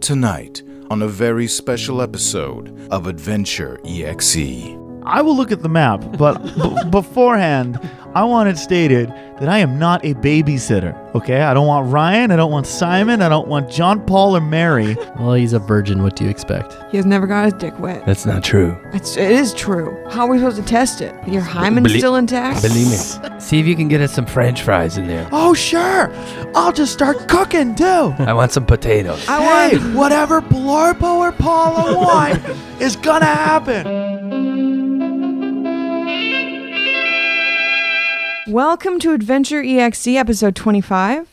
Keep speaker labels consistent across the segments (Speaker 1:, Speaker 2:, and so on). Speaker 1: tonight on a very special episode of Adventure E EXE.
Speaker 2: I will look at the map, but b- beforehand, I want it stated that I am not a babysitter. Okay, I don't want Ryan, I don't want Simon, I don't want John Paul or Mary.
Speaker 3: Well, he's a virgin. What do you expect?
Speaker 4: He has never got his dick wet.
Speaker 5: That's not true.
Speaker 4: It's, it is true. How are we supposed to test it? Your hymen's
Speaker 5: Belie-
Speaker 4: still intact?
Speaker 5: Believe me. See if you can get us some french fries in there.
Speaker 2: Oh sure, I'll just start cooking too.
Speaker 5: I want some potatoes.
Speaker 4: I
Speaker 2: hey, whatever Blorpo or Paula want is gonna happen.
Speaker 4: want. Welcome to Adventure EXE episode 25.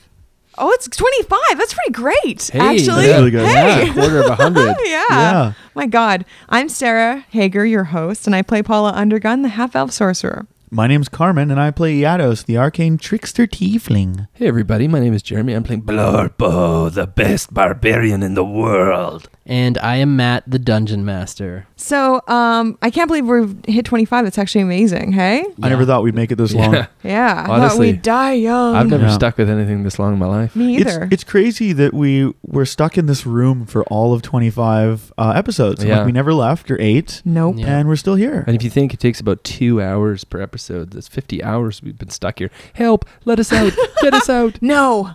Speaker 4: Oh, it's 25. That's pretty great, actually.
Speaker 2: that's really good.
Speaker 4: Hey.
Speaker 3: Yeah, a quarter of a hundred.
Speaker 4: yeah.
Speaker 2: Yeah.
Speaker 4: My God. I'm Sarah Hager, your host, and I play Paula Undergun, the half elf sorcerer.
Speaker 2: My name's Carmen, and I play Yados, the arcane trickster tiefling.
Speaker 3: hey, everybody. My name is Jeremy. I'm playing
Speaker 5: Blorpo, the best barbarian in the world.
Speaker 3: And I am Matt, the dungeon master.
Speaker 4: So um, I can't believe we've hit 25. That's actually amazing. Hey?
Speaker 2: I never thought we'd make it this long.
Speaker 4: Yeah. I thought
Speaker 6: Honestly,
Speaker 4: we'd die
Speaker 5: Oh,
Speaker 4: young.
Speaker 6: I've never
Speaker 2: Yeah.
Speaker 6: stuck with anything this long in my life.
Speaker 4: me
Speaker 2: It's,
Speaker 4: either.
Speaker 2: it's crazy that we were stuck in this room for all of 25 uh, episodes.
Speaker 6: Yeah.
Speaker 2: Like we never left or ate,
Speaker 4: nope.
Speaker 3: Yeah.
Speaker 2: and we're still here.
Speaker 6: And if you think it takes about two hours per episode, that's 50 hours we've been stuck here. Help! Let us out! Get us out!
Speaker 4: No.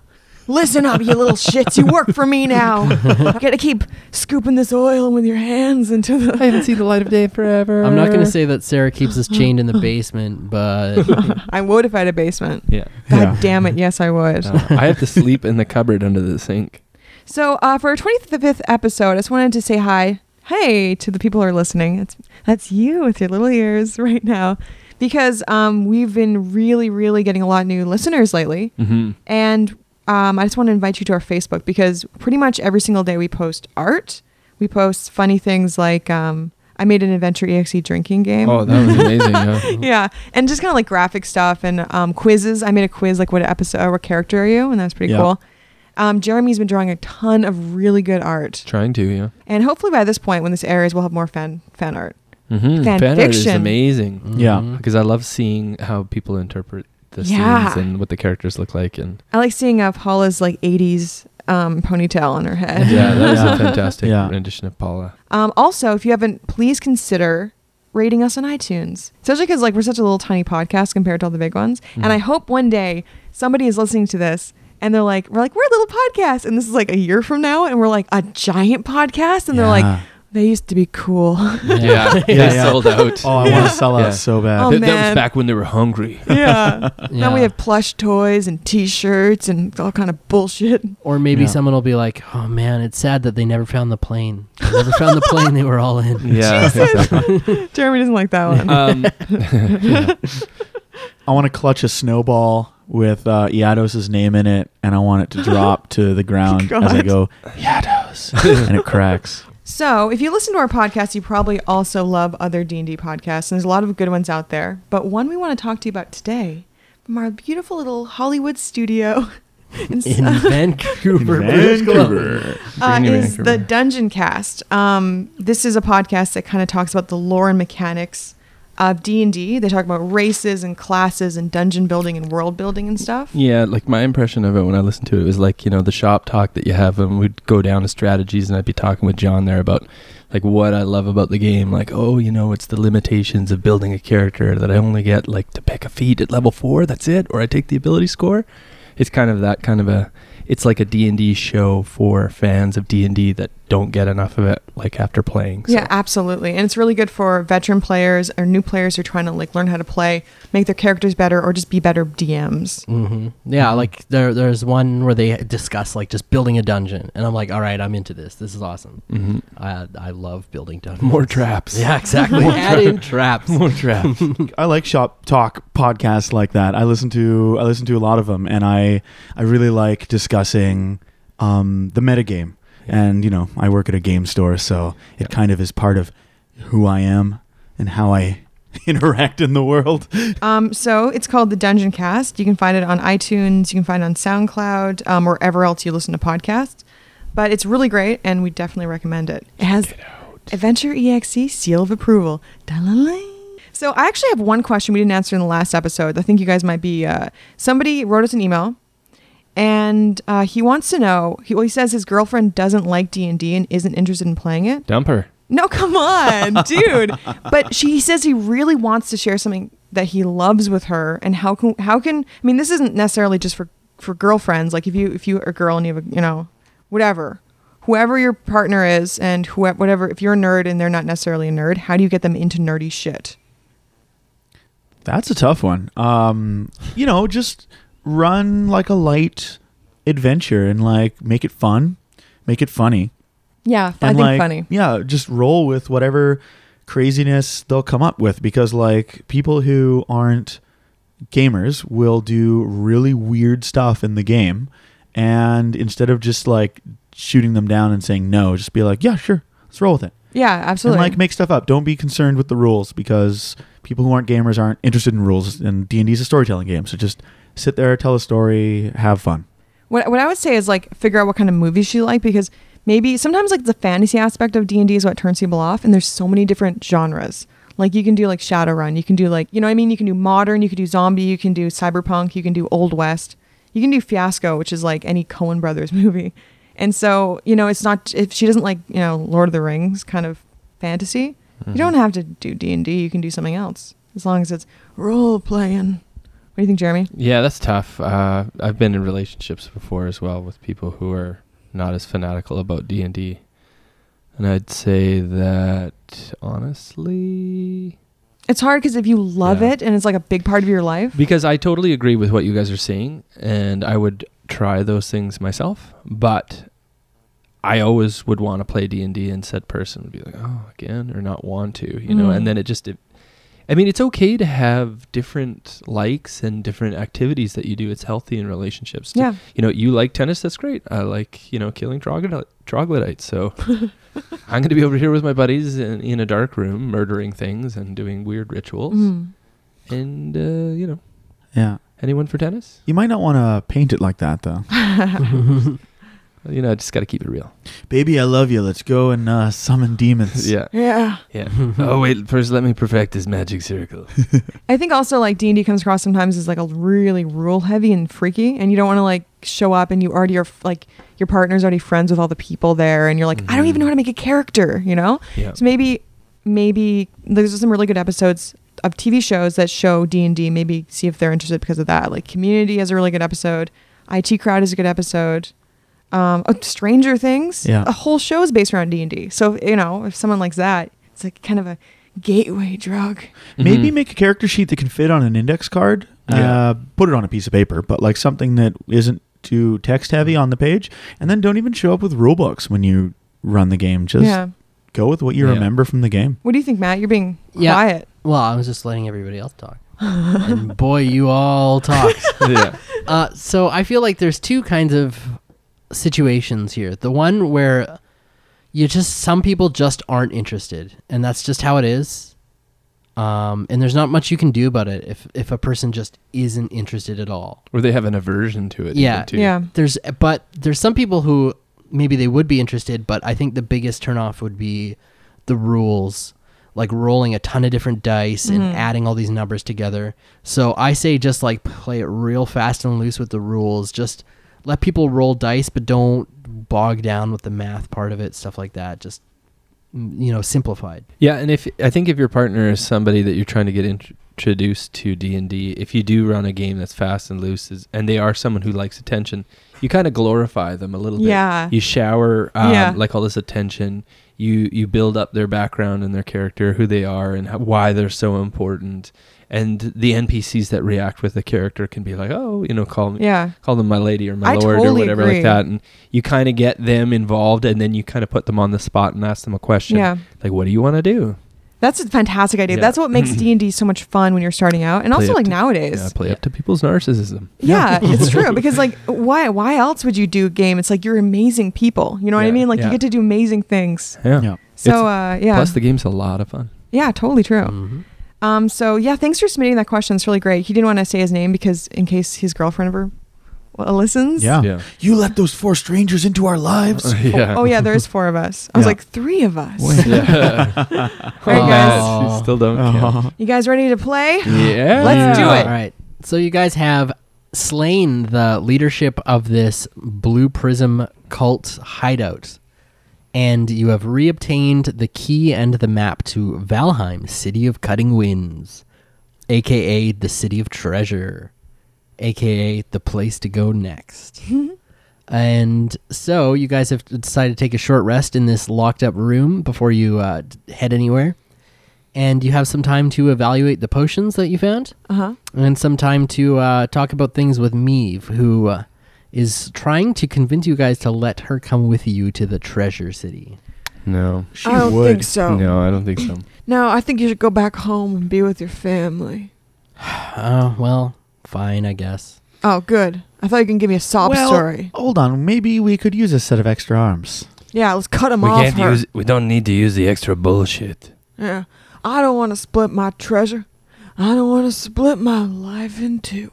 Speaker 4: Listen up, you little shits. You work for me now. I gotta keep scooping this oil with your hands into
Speaker 6: I
Speaker 4: the.
Speaker 6: haven't seen the light of day forever.
Speaker 3: I'm not going to say that Sarah keeps us chained in the basement, but
Speaker 4: I would if I had a basement.
Speaker 6: Yeah.
Speaker 4: God
Speaker 2: Yeah.
Speaker 4: damn it. Yes, I would.
Speaker 6: Uh, I have to sleep in the cupboard under the sink.
Speaker 4: So, uh, for our 25th episode, I just wanted to say hi. Hey to the people who are listening. That's, that's you with your little ears right now. Because um, we've been really, really getting a lot of new listeners lately.
Speaker 6: Mm-hmm.
Speaker 4: And um, I just want to invite you to our Facebook because pretty much every single day we post art. We post funny things like um, I made an Adventure EXE drinking game.
Speaker 6: Oh, that was amazing. yeah.
Speaker 4: Yeah, and just kind of like graphic stuff and um, quizzes. I made a quiz like what episode or what character are you, and that was pretty
Speaker 2: Yeah.
Speaker 4: cool. Um, Jeremy's been drawing a ton of really good art,
Speaker 6: Trying to, yeah.
Speaker 4: and hopefully by this point, when this airs, we'll have more fan fan art.
Speaker 6: Mm-hmm.
Speaker 4: Fan
Speaker 6: art is
Speaker 4: fiction.
Speaker 6: amazing
Speaker 5: Mm-hmm.
Speaker 2: Yeah.
Speaker 3: Mm-hmm.
Speaker 6: because I love seeing how people interpret the
Speaker 4: Yeah.
Speaker 6: scenes and what the characters look like. And
Speaker 4: I like seeing uh, Paula's like '80s um, ponytail on her head.
Speaker 6: yeah, that was
Speaker 2: Yeah.
Speaker 6: a fantastic
Speaker 2: Yeah.
Speaker 6: rendition of Paula.
Speaker 4: Um, also, if you haven't, please consider rating us on iTunes, especially because like we're such a little tiny podcast compared to all the big ones. And I hope one day somebody is listening to this and they're like, we're like we're a little podcast, and this is like a year from now, and we're like a giant podcast, and they're like,
Speaker 2: Yeah.
Speaker 4: they used to be cool.
Speaker 6: Yeah, they
Speaker 2: Yeah, yeah.
Speaker 6: sold out.
Speaker 2: Oh, I want to sell out
Speaker 6: Yeah.
Speaker 2: so bad.
Speaker 4: Oh,
Speaker 6: Th- That
Speaker 4: man.
Speaker 6: was back when they were hungry.
Speaker 4: yeah. Now we
Speaker 3: yeah.
Speaker 4: have plush toys and T-shirts and all kind of bullshit.
Speaker 3: Or maybe
Speaker 2: Yeah.
Speaker 3: someone will be like, "Oh man, it's sad that they never found the plane. They never found the plane they were all in."
Speaker 6: Yeah,
Speaker 4: Jeremy doesn't like that one.
Speaker 6: um,
Speaker 2: I want to clutch a snowball with uh, Yados's name in it, and I want it to drop to the ground as I
Speaker 4: God.
Speaker 2: go Yados, and it cracks.
Speaker 4: So, if you listen to our podcast, you probably also love other D&D podcasts, and there's a lot of good ones out there. But one we want to talk to you about today from our beautiful little Hollywood studio in,
Speaker 3: In Vancouver, British Columbia.
Speaker 4: uh,
Speaker 6: Bring it
Speaker 4: is
Speaker 6: back,
Speaker 4: the
Speaker 6: everyone.
Speaker 4: Dungeon Cast. Um, this is a podcast that kind of talks about the lore and mechanics of D&D. They talk about races and classes and dungeon building and world building and stuff.
Speaker 6: yeah, like my impression of it when I listened to it was like you know the shop talk that you have, and we'd go down to strategies, and I'd be talking with John there about like what I love about the game, like oh you know it's the limitations of building a character that I only get like to pick a feat at level four, that's it, or I take the ability score. It's kind of that kind of a it's like a D&D show for fans of D&D that don't get enough of it like after playing. so-
Speaker 4: Yeah, absolutely. And it's really good for veteran players or new players who are trying to like learn how to play, make their characters better or just be better DMs.
Speaker 3: hmm Yeah, like there, there's one where they discuss like just building a dungeon, and I'm like, "All right, I'm into this. This is awesome.
Speaker 6: Mhm.
Speaker 3: I, I love building dungeons.
Speaker 6: More traps.
Speaker 3: Yeah, exactly. Add in traps.
Speaker 6: More traps.
Speaker 2: I like shop talk podcasts like that. I listen to I listen to a lot of them, and I I really like discussing um, the metagame. And you know, I work at a game store, so it kind of is part of who I am and how I interact in the world.
Speaker 4: Um, so it's called the Dungeon Cast. You can find it on iTunes, you can find it on SoundCloud, um, wherever else you listen to podcasts. But it's really great, and we definitely recommend it. It has Adventure EXE seal of approval. Da-la-la. So I actually have one question we didn't answer in the last episode. I think you guys might be. Uh, somebody wrote us an email, and uh, he wants to know. He, well, he says his girlfriend doesn't like D and D and isn't interested in playing it.
Speaker 6: Dump her.
Speaker 4: No, come on, dude. But she he says he really wants to share something that he loves with her, and how can how can I mean this isn't necessarily just for for girlfriends. Like if you if you are a girl and you have a you know whatever whoever your partner is and whoever whatever if you're a nerd and they're not necessarily a nerd, how do you get them into nerdy shit?
Speaker 2: That's a tough one. Um, you know, just run like a light adventure and like make it fun, make it funny.
Speaker 4: Yeah, I
Speaker 2: And,
Speaker 4: think
Speaker 2: like,
Speaker 4: funny.
Speaker 2: Yeah, just roll with whatever craziness they'll come up with because like people who aren't gamers will do really weird stuff in the game and instead of just like shooting them down and saying no, just be like, "Yeah, sure. Let's roll with it."
Speaker 4: Yeah, absolutely.
Speaker 2: And like make stuff up. Don't be concerned with the rules because people who aren't gamers aren't interested in rules. And D and D is a storytelling game, so just sit there, tell a story, have fun.
Speaker 4: What what I would say is like figure out what kind of movies you like because maybe sometimes like the fantasy aspect of D and D is what turns people off, and there's so many different genres. Like you can do like Shadowrun, you can do like you know what I mean, you can do modern, you can do zombie, you can do cyberpunk, you can do old west, you can do Fiasco, which is like any Coen Brothers movie. And so you know it's not if she doesn't like you know Lord of the Rings kind of fantasy, you don't have to do D and D. You can do something else as long as it's role playing. What do you think, Jeremy?
Speaker 6: Yeah, that's tough. Uh, I've been in relationships before as well with people who are not as fanatical about D and D, and I'd say that honestly,
Speaker 4: It's hard because if you love
Speaker 6: Yeah.
Speaker 4: it and it's like a big part of your life,
Speaker 6: because I totally agree with what you guys are saying, and I would try those things myself, but I always would want to play D and D, and said person would be like, "Oh, again," or not want to, you know.
Speaker 4: Mm.
Speaker 6: And then it just, it, I mean, it's okay to have different likes and different activities that you do. It's healthy in relationships. to
Speaker 4: yeah.
Speaker 6: you know, you like tennis, that's great. I like, you know, killing troglodyte, troglodytes. So I'm going to be over here with my buddies in, in a dark room, murdering things and doing weird rituals.
Speaker 4: Mm.
Speaker 2: Mm-hmm.
Speaker 6: And, uh, you know,
Speaker 2: Yeah,
Speaker 6: anyone for tennis?
Speaker 2: you might not want to paint it like that though.
Speaker 4: Mm.
Speaker 6: You know, I just got to keep it real.
Speaker 2: Baby, I love you. Let's go and uh, summon demons.
Speaker 6: yeah.
Speaker 4: Yeah.
Speaker 6: Yeah. oh, wait. First, let me perfect this magic circle.
Speaker 4: I think also like D and D comes across sometimes as like a really rule heavy and freaky, and you don't want to like show up and you already are f- like your partner's already friends with all the people there, and you're like,
Speaker 6: Mm-hmm.
Speaker 4: I don't even know how to make a character, you know?
Speaker 6: Yeah.
Speaker 4: So maybe maybe there's some really good episodes of TV shows that show D and D. Maybe see if they're interested because of that. Like Community has a really good episode. IT Crowd is a good episode. Um, oh, Stranger Things.
Speaker 2: Yeah.
Speaker 4: A whole show is based around D and D. So you know, if someone likes that, it's like kind of a gateway drug.
Speaker 2: Maybe
Speaker 6: Mhm.
Speaker 2: make a character sheet that can fit on an index card.
Speaker 6: Yeah.
Speaker 2: Uh, put it on a piece of paper, but like something that isn't too text heavy on the page. And then don't even show up with rule books when you run the game. Just
Speaker 4: yeah.
Speaker 2: go with what you
Speaker 6: Yeah.
Speaker 2: remember from the game.
Speaker 4: What do you think, Matt? You're being
Speaker 3: Yeah.
Speaker 4: quiet.
Speaker 3: Well, I was just letting everybody else talk. and boy, you all talk.
Speaker 6: yeah.
Speaker 3: Uh, so I feel like there's two kinds of situations here. The one where you just some people just aren't interested, and that's just how it is. Um, and there's not much you can do about it if if a person just isn't interested at all.
Speaker 6: Or they have an aversion to it.
Speaker 3: Yeah.
Speaker 6: even, too.
Speaker 4: Yeah.
Speaker 3: There's but there's some people who maybe they would be interested, but I think the biggest turnoff would be the rules, like rolling a ton of different dice and adding all these numbers together. So I say just like play it real fast and loose with the rules. Just let people roll dice, but don't bog down with the math part of it, stuff like that. Just mm, you know, simplified.
Speaker 6: Yeah, and if I think if your partner is somebody that you're trying to get int- introduced to D and D, if you do run a game that's fast and loose, is, and they are someone who likes attention, you kind of glorify them a little bit.
Speaker 4: Yeah.
Speaker 6: you shower um,
Speaker 4: Yeah.
Speaker 6: like all this attention. You you build up their background and their character, who they are, and how, why they're so important. And the NPCs that react with the character can be like, oh, you know, call me,
Speaker 4: Yeah.
Speaker 6: call them my lady or my
Speaker 4: I
Speaker 6: lord or
Speaker 4: totally
Speaker 6: whatever
Speaker 4: agree.
Speaker 6: like that. And you kind of get them involved, and then you kind of put them on the spot and ask them a question.
Speaker 4: Yeah.
Speaker 6: Like, what do you want to do?
Speaker 4: That's a fantastic idea.
Speaker 6: Yeah.
Speaker 4: That's what makes D and D so much fun when you're starting out, and
Speaker 6: Play
Speaker 4: also
Speaker 6: it
Speaker 4: like
Speaker 6: to-
Speaker 4: nowadays.
Speaker 6: Yeah, play up to people's narcissism.
Speaker 4: Yeah, it's true because like why why else would you do a game? It's like you're amazing people. You know what I
Speaker 6: Yeah,
Speaker 4: mean? Like
Speaker 6: yeah.
Speaker 4: you get to do amazing things.
Speaker 6: Yeah.
Speaker 4: So
Speaker 6: It's-
Speaker 4: uh, yeah,
Speaker 6: Plus, the Mm. game's a lot of fun.
Speaker 4: yeah, totally true.
Speaker 3: Mhm.
Speaker 4: Um, so yeah, thanks for submitting that question. It's really great. He didn't want to say his name because in case his girlfriend ever well, listens.
Speaker 2: Yeah.
Speaker 6: Yeah.
Speaker 2: You let those four strangers into our lives.
Speaker 6: yeah.
Speaker 4: Oh yeah, there's four of us. I was
Speaker 2: Yeah.
Speaker 4: like three of us.
Speaker 6: yeah.
Speaker 4: All right, guys.
Speaker 3: Aw. Uh-huh.
Speaker 6: You still don't count.
Speaker 4: You guys ready to play?
Speaker 6: Yeah.
Speaker 4: Let's do
Speaker 3: All
Speaker 4: it.
Speaker 3: right. So you guys have slain the leadership of this Blue Prism cult hideout, and you have reobtained the key and the map to Valheim, City of Cutting Winds, aka the City of Treasure, aka the place to go next. And so you guys have decided to take a short rest in this locked up room before you uh, d- head anywhere. And you have some time to evaluate the potions that you found
Speaker 4: Uh huh.
Speaker 3: and some time to uh, talk about things with Meave, who uh, is trying to convince you guys to let her come with you to the treasure city.
Speaker 7: No.
Speaker 2: She
Speaker 4: I don't
Speaker 2: would.
Speaker 4: think so. No.
Speaker 7: No, I don't think so.
Speaker 4: I think you should go back home and be with your family.
Speaker 3: Oh, well, fine, I guess.
Speaker 4: Oh, good. I thought you can give me a sob
Speaker 2: Well-
Speaker 4: story.
Speaker 2: Hold on, maybe we could use a set of extra arms.
Speaker 4: Yeah, let's cut him
Speaker 6: We
Speaker 4: off.
Speaker 6: can't
Speaker 4: her.
Speaker 6: use. We don't need to use the extra bullshit.
Speaker 4: Yeah. I don't want to split my treasure. I don't want to split my life in two.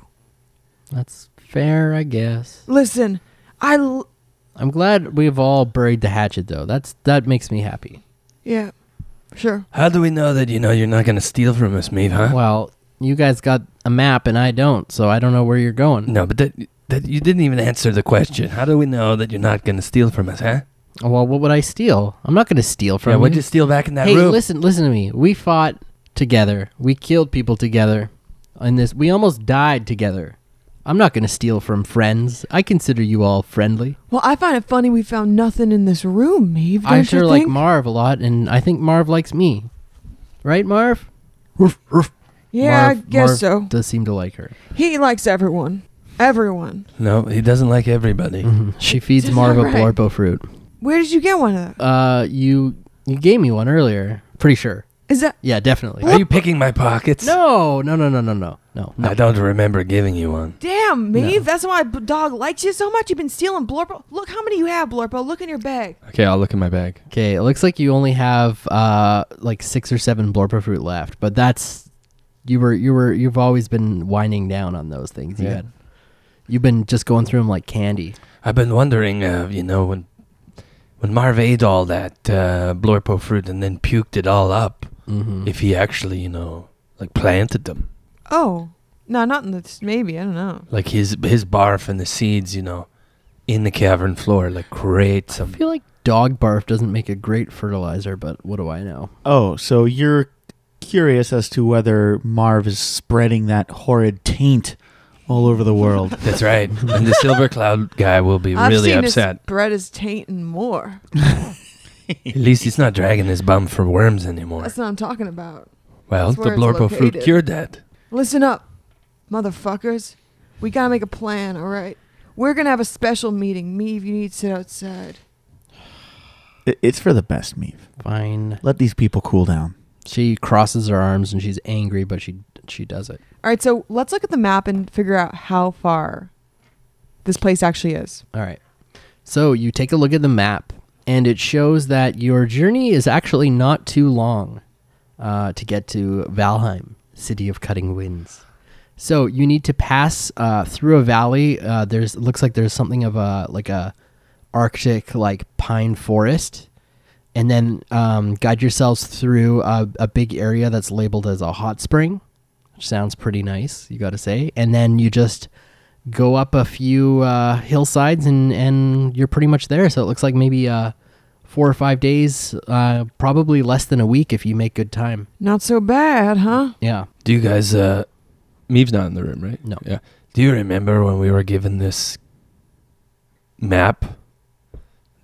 Speaker 3: That's fair, I guess.
Speaker 4: Listen, I. L-
Speaker 3: I'm glad we've all buried the hatchet, though. That's That makes me happy.
Speaker 4: yeah, sure.
Speaker 6: How do we know that you know you're not gonna steal from us, Maeve? Huh?
Speaker 3: Well, you guys got a map and I don't, so I don't know where you're going.
Speaker 6: No, but that that you didn't even answer the question. How do we know that you're not gonna steal from us, huh?
Speaker 3: Well, what would I steal? I'm not going to steal from
Speaker 6: yeah,
Speaker 3: you.
Speaker 6: what'd you steal back in that
Speaker 3: hey,
Speaker 6: room?
Speaker 3: listen, listen to me. We fought together. We killed people together. And this, we almost died together. I'm not going to steal from friends. I consider you all friendly.
Speaker 4: Well, I find it funny we found nothing in this room, Maeve. Don't
Speaker 3: I
Speaker 4: you
Speaker 3: sure like
Speaker 4: think?
Speaker 3: Marv a lot, and I think Marv likes me. Right, Marv?
Speaker 4: Yeah, I
Speaker 3: Marv-
Speaker 4: guess
Speaker 3: Marv
Speaker 4: so.
Speaker 3: Does seem to like her.
Speaker 4: He likes everyone. Everyone.
Speaker 6: No, he doesn't like everybody.
Speaker 3: Mm-hmm. She feeds
Speaker 4: Is
Speaker 3: Marv a
Speaker 4: that right?
Speaker 3: blorpo fruit.
Speaker 4: Where did you get one of those?
Speaker 3: Uh, you you gave me one earlier. Pretty sure.
Speaker 4: Is that
Speaker 3: Yeah, definitely.
Speaker 6: Are you picking my pockets?
Speaker 3: No, no, no, no, no, no, no.
Speaker 6: I don't remember giving you one.
Speaker 4: damn
Speaker 3: No.
Speaker 4: Maeve? That's why b- dog likes you so much. You've been stealing Blorpo. Look how many you have, Blorpo. Look in your bag.
Speaker 7: Okay, I'll look in my bag.
Speaker 3: Okay, it looks like you only have uh like six or seven blorpa fruit left, but that's you were you were you've always been winding down on those things. You
Speaker 7: Yeah.
Speaker 3: had, you've been just going through them like candy.
Speaker 6: I've been wondering, uh, you know, when when Marv ate all that uh, blorpo fruit and then puked it all up,
Speaker 3: Mm-hmm.
Speaker 6: if he actually, you know, like planted them,
Speaker 4: Oh, no, not in this. Maybe I don't know.
Speaker 6: like his his barf and the seeds, you know, in the cavern floor, like create
Speaker 3: I
Speaker 6: some.
Speaker 3: feel like dog barf doesn't make a great fertilizer, but what do I know?
Speaker 2: Oh, so you're curious as to whether Marv is spreading that horrid taint all over the world.
Speaker 6: That's right. and the silver cloud guy will be
Speaker 4: I've
Speaker 6: really
Speaker 4: seen
Speaker 6: upset.
Speaker 4: His bread is tainting more.
Speaker 6: At least he's not dragging his bum for worms anymore.
Speaker 4: That's what I'm talking about.
Speaker 6: Well,
Speaker 4: that's where
Speaker 6: the
Speaker 4: it's
Speaker 6: blorpo fruit
Speaker 4: located.
Speaker 6: cured that.
Speaker 4: Listen up, motherfuckers. We gotta make a plan, all right? We're gonna have a special meeting. Me, if you need to sit outside.
Speaker 2: It- it's for the best, Meave.
Speaker 3: Fine.
Speaker 2: Let these people cool down.
Speaker 3: She crosses her arms and she's angry, but she she does it.
Speaker 4: All right, so let's look at the map and figure out how far this place actually is.
Speaker 3: All right. So you take a look at the map, and it shows that your journey is actually not too long uh, to get to Valheim, City of Cutting Winds. So you need to pass uh, through a valley. Uh, there's it looks like there's something of a like a Arctic like pine forest, and then um, guide yourselves through a, a big area that's labeled as a hot spring, which sounds pretty nice. You got to say, and then you just go up a few uh, hillsides and and you're pretty much there. So it looks like maybe uh, four or five days, uh, probably less than a week if you make good time.
Speaker 4: Not so bad, huh?
Speaker 3: Yeah.
Speaker 6: Do you guys uh,
Speaker 7: Meev's not in the room, right?
Speaker 3: No.
Speaker 7: Yeah.
Speaker 6: Do you remember when we were given this map?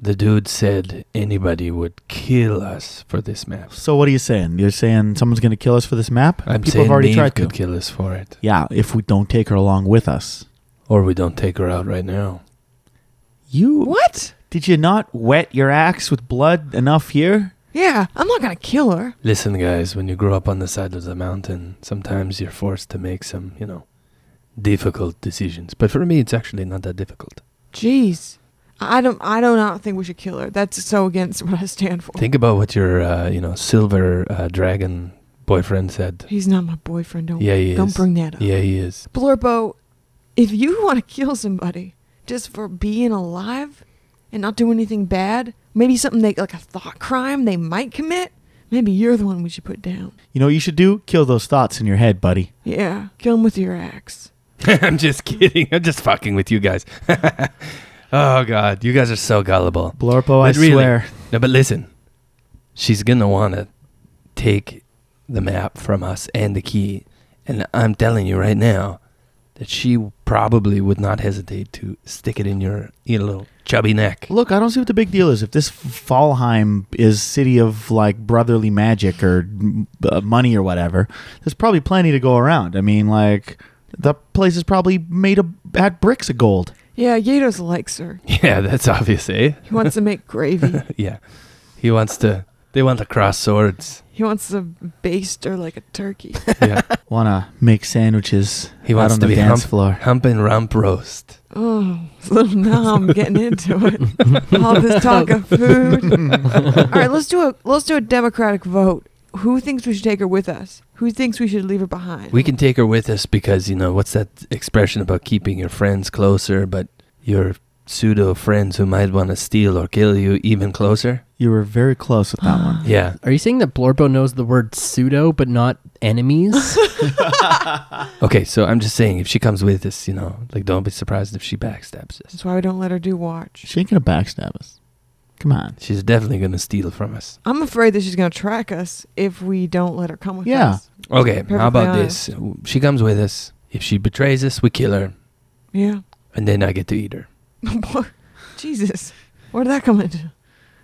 Speaker 6: The dude said anybody would kill us for this map.
Speaker 2: So what are you saying? You're saying someone's going to kill us for this map?
Speaker 6: I'm
Speaker 2: people
Speaker 6: saying
Speaker 2: have already
Speaker 6: Maeve
Speaker 2: tried
Speaker 6: could
Speaker 2: to.
Speaker 6: kill us for it,
Speaker 2: Yeah, if we don't take her along with us.
Speaker 6: or we don't take her out right now.
Speaker 2: You
Speaker 4: What?
Speaker 2: Did you not wet your axe with blood enough here?
Speaker 4: Yeah, I'm not gonna kill her.
Speaker 6: Listen, guys, when you grow up on the side of the mountain, sometimes you're forced to make some, you know, difficult decisions. But for me, it's actually not that difficult.
Speaker 4: Jeez. I don't. I do not think we should kill her. That's so against what I stand for.
Speaker 6: Think about what your, uh, you know, silver uh, dragon boyfriend said.
Speaker 4: He's not my boyfriend. Don't.
Speaker 6: Yeah, he
Speaker 4: don't
Speaker 6: is.
Speaker 4: bring that up.
Speaker 6: Yeah, he is.
Speaker 4: Blorbo, if you want to kill somebody just for being alive and not doing anything bad, maybe something they like a thought crime they might commit, maybe you're the one we should put down.
Speaker 2: You know what you should do? Kill those thoughts in your head, buddy.
Speaker 4: Yeah, kill him with your axe.
Speaker 6: I'm just kidding. I'm just fucking with you guys. oh god, you guys are so gullible.
Speaker 2: Blorpo, I
Speaker 6: But really-
Speaker 2: swear.
Speaker 6: No, but listen, she's gonna wanna take the map from us and the key, and I'm telling you right now that she probably would not hesitate to stick it in your, your little chubby neck.
Speaker 2: Look, I don't see what the big deal is. If this Fallheim is city of like brotherly magic or mm, uh, money or whatever, there's probably plenty to go around. I mean, like the place is probably made of had bricks of gold.
Speaker 4: Yeah, Yados likes her.
Speaker 6: Yeah, that's obvious, eh?
Speaker 4: He wants to make gravy.
Speaker 6: Yeah, he wants to. They want to cross swords.
Speaker 4: He wants to baste her like a turkey.
Speaker 6: Yeah,
Speaker 2: Wanna make sandwiches
Speaker 6: he
Speaker 2: out
Speaker 6: wants
Speaker 2: on
Speaker 6: to
Speaker 2: the
Speaker 6: be
Speaker 2: dance
Speaker 6: hump,
Speaker 2: floor.
Speaker 6: hump and rump roast.
Speaker 4: Oh, so now I'm getting into it. All this talk of food. All right, let's do a let's do a democratic vote. Who thinks we should take her with us? Who thinks we should leave her behind?
Speaker 6: We can take her with us because, you know, what's that expression about keeping your friends closer, but your pseudo friends who might want to steal or kill you even closer?
Speaker 2: You were very close with that one.
Speaker 6: Yeah.
Speaker 3: Are you saying that Blorpo knows the word pseudo but not enemies?
Speaker 6: Okay, so I'm just saying, if she comes with us, you know, like, don't be surprised if she backstabs us.
Speaker 4: That's why we don't let her do watch.
Speaker 2: She ain't gonna backstab us. Come on.
Speaker 6: She's definitely going to steal from us.
Speaker 4: I'm afraid that she's gonna track us if we don't let her come with
Speaker 2: Yeah.
Speaker 4: us.
Speaker 6: Okay,
Speaker 4: Perfectly
Speaker 6: how about
Speaker 4: honest.
Speaker 6: this? She comes with us. If she betrays us, we kill her,
Speaker 4: Yeah.
Speaker 6: and then I get to eat her.
Speaker 4: Boy, Jesus, where did that come into?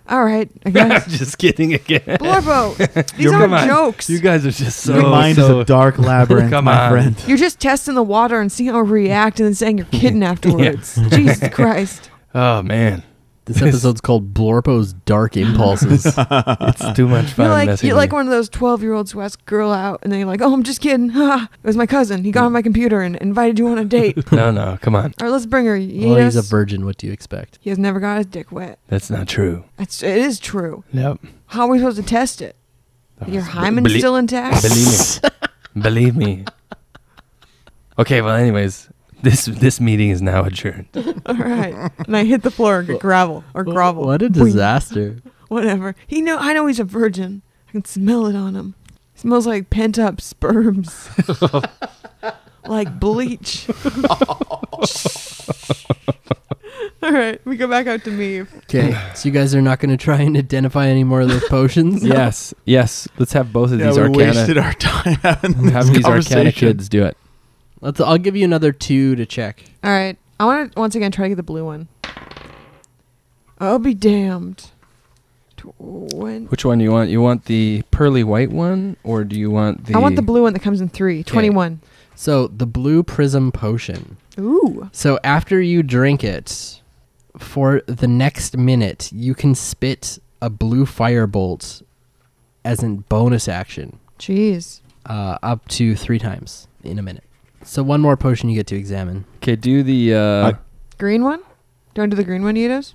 Speaker 4: All right, I guess.
Speaker 6: just kidding again.
Speaker 4: Blorbo, these
Speaker 6: You're
Speaker 4: aren't
Speaker 6: right.
Speaker 4: jokes.
Speaker 6: You guys are just so.
Speaker 2: Your mind
Speaker 6: so,
Speaker 2: is a dark labyrinth,
Speaker 6: Come
Speaker 2: my
Speaker 6: on.
Speaker 2: friend.
Speaker 4: You're just testing the water and seeing how we react and then saying you're kidding afterwards. Jesus Christ.
Speaker 6: oh, man.
Speaker 3: this episode's called Blorpo's Dark Impulses.
Speaker 6: It's too much fun.
Speaker 4: You're like
Speaker 6: messing
Speaker 4: you're
Speaker 6: with
Speaker 4: like one of those twelve year olds who asks a girl out and then you're like, Oh, I'm just kidding. Ha it was my cousin. He got on my computer and invited you on a date. All
Speaker 6: No, no, come on.
Speaker 4: right, let's bring her.
Speaker 3: well, he's a
Speaker 4: Yes.
Speaker 3: virgin. What do you expect?
Speaker 4: he has never got his dick wet.
Speaker 6: That's not true.
Speaker 4: It's, it is true.
Speaker 6: Nope.
Speaker 4: How are we supposed to test it? Your hymen's
Speaker 6: Belie-
Speaker 4: still intact?
Speaker 6: Believe me. Believe me. Okay, well anyways, this this meeting is now adjourned.
Speaker 4: All right. And I hit the floor and gravel or grovel.
Speaker 3: What a
Speaker 4: Boing.
Speaker 3: disaster.
Speaker 4: Whatever. He know I know he's a virgin. I can smell it on him. smells like pent up sperms. like bleach. All right, we go back out to me.
Speaker 3: Okay, so you guys are not going to try and identify any more of those potions?
Speaker 8: Yes, yes. Let's have both of these arcana.
Speaker 2: our time having
Speaker 8: Have these arcana kids do it.
Speaker 3: Let's. I'll give you another two to check.
Speaker 4: All right, I want to once again try to get the blue one. I'll be damned. Twen-
Speaker 8: Which one do you want? You want the pearly white one, or do you want the?
Speaker 4: I want the blue one that comes in three. 21.
Speaker 3: So the blue prism potion.
Speaker 4: Ooh.
Speaker 3: So after you drink it, for the next minute, you can spit a blue firebolt as in bonus action
Speaker 4: Jeez.
Speaker 3: uh, up to three times in a minute. So one more potion you get to examine.
Speaker 8: Okay, do the. Uh,
Speaker 4: Green one? Do I do the green one, Yitos?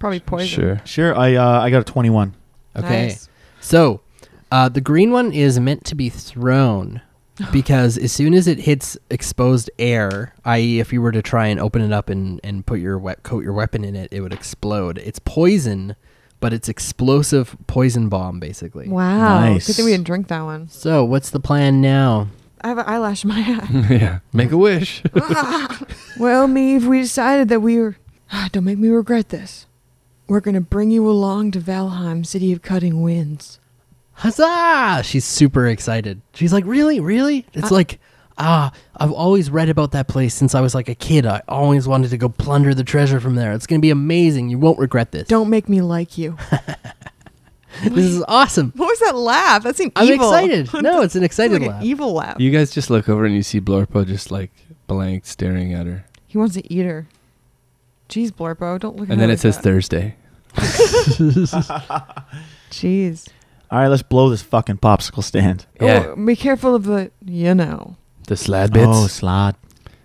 Speaker 4: Probably poison.
Speaker 8: Sure.
Speaker 2: Sure, I uh, I got a twenty-one.
Speaker 3: Okay.
Speaker 4: Nice.
Speaker 3: So, uh, the green one is meant to be thrown because as soon as it hits exposed air, i.e., if you were to try and open it up and, and put your we- coat your weapon in it, it would explode. It's poison, but it's explosive poison bomb basically.
Speaker 4: Wow. Good thing we
Speaker 2: Nice.
Speaker 4: didn't drink that one.
Speaker 3: So, what's the plan now?
Speaker 4: I have an eyelash in my eye.
Speaker 8: yeah. Make a wish.
Speaker 4: well, Meave, we decided that we were. ah, Don't make me regret this. We're going to bring you along to Valheim, City of Cutting Winds.
Speaker 3: Huzzah! She's super excited. She's like, "Really? Really?" It's like, "Ah, I've always read about that place since I was like a kid. I always wanted to go plunder the treasure from there. It's going to be amazing. You won't regret this."
Speaker 4: Don't make me like you.
Speaker 3: This is awesome.
Speaker 4: What was that laugh? That seemed
Speaker 3: I'm
Speaker 4: evil.
Speaker 3: excited. No, it's an
Speaker 4: It's
Speaker 3: excited
Speaker 4: like
Speaker 3: laugh.
Speaker 4: an evil laugh.
Speaker 8: You guys just look over and you see Blorpo just like blank staring at her,
Speaker 4: He wants to eat her. Jeez, Blorpo, don't look at
Speaker 8: and then
Speaker 4: her
Speaker 8: it
Speaker 4: like
Speaker 8: says
Speaker 4: that.
Speaker 8: Thursday.
Speaker 4: Jeez.
Speaker 2: All right, let's blow this fucking popsicle stand.
Speaker 6: Yeah.
Speaker 4: Oh, be careful of the. You know.
Speaker 6: The slad bits.
Speaker 2: Oh, slot.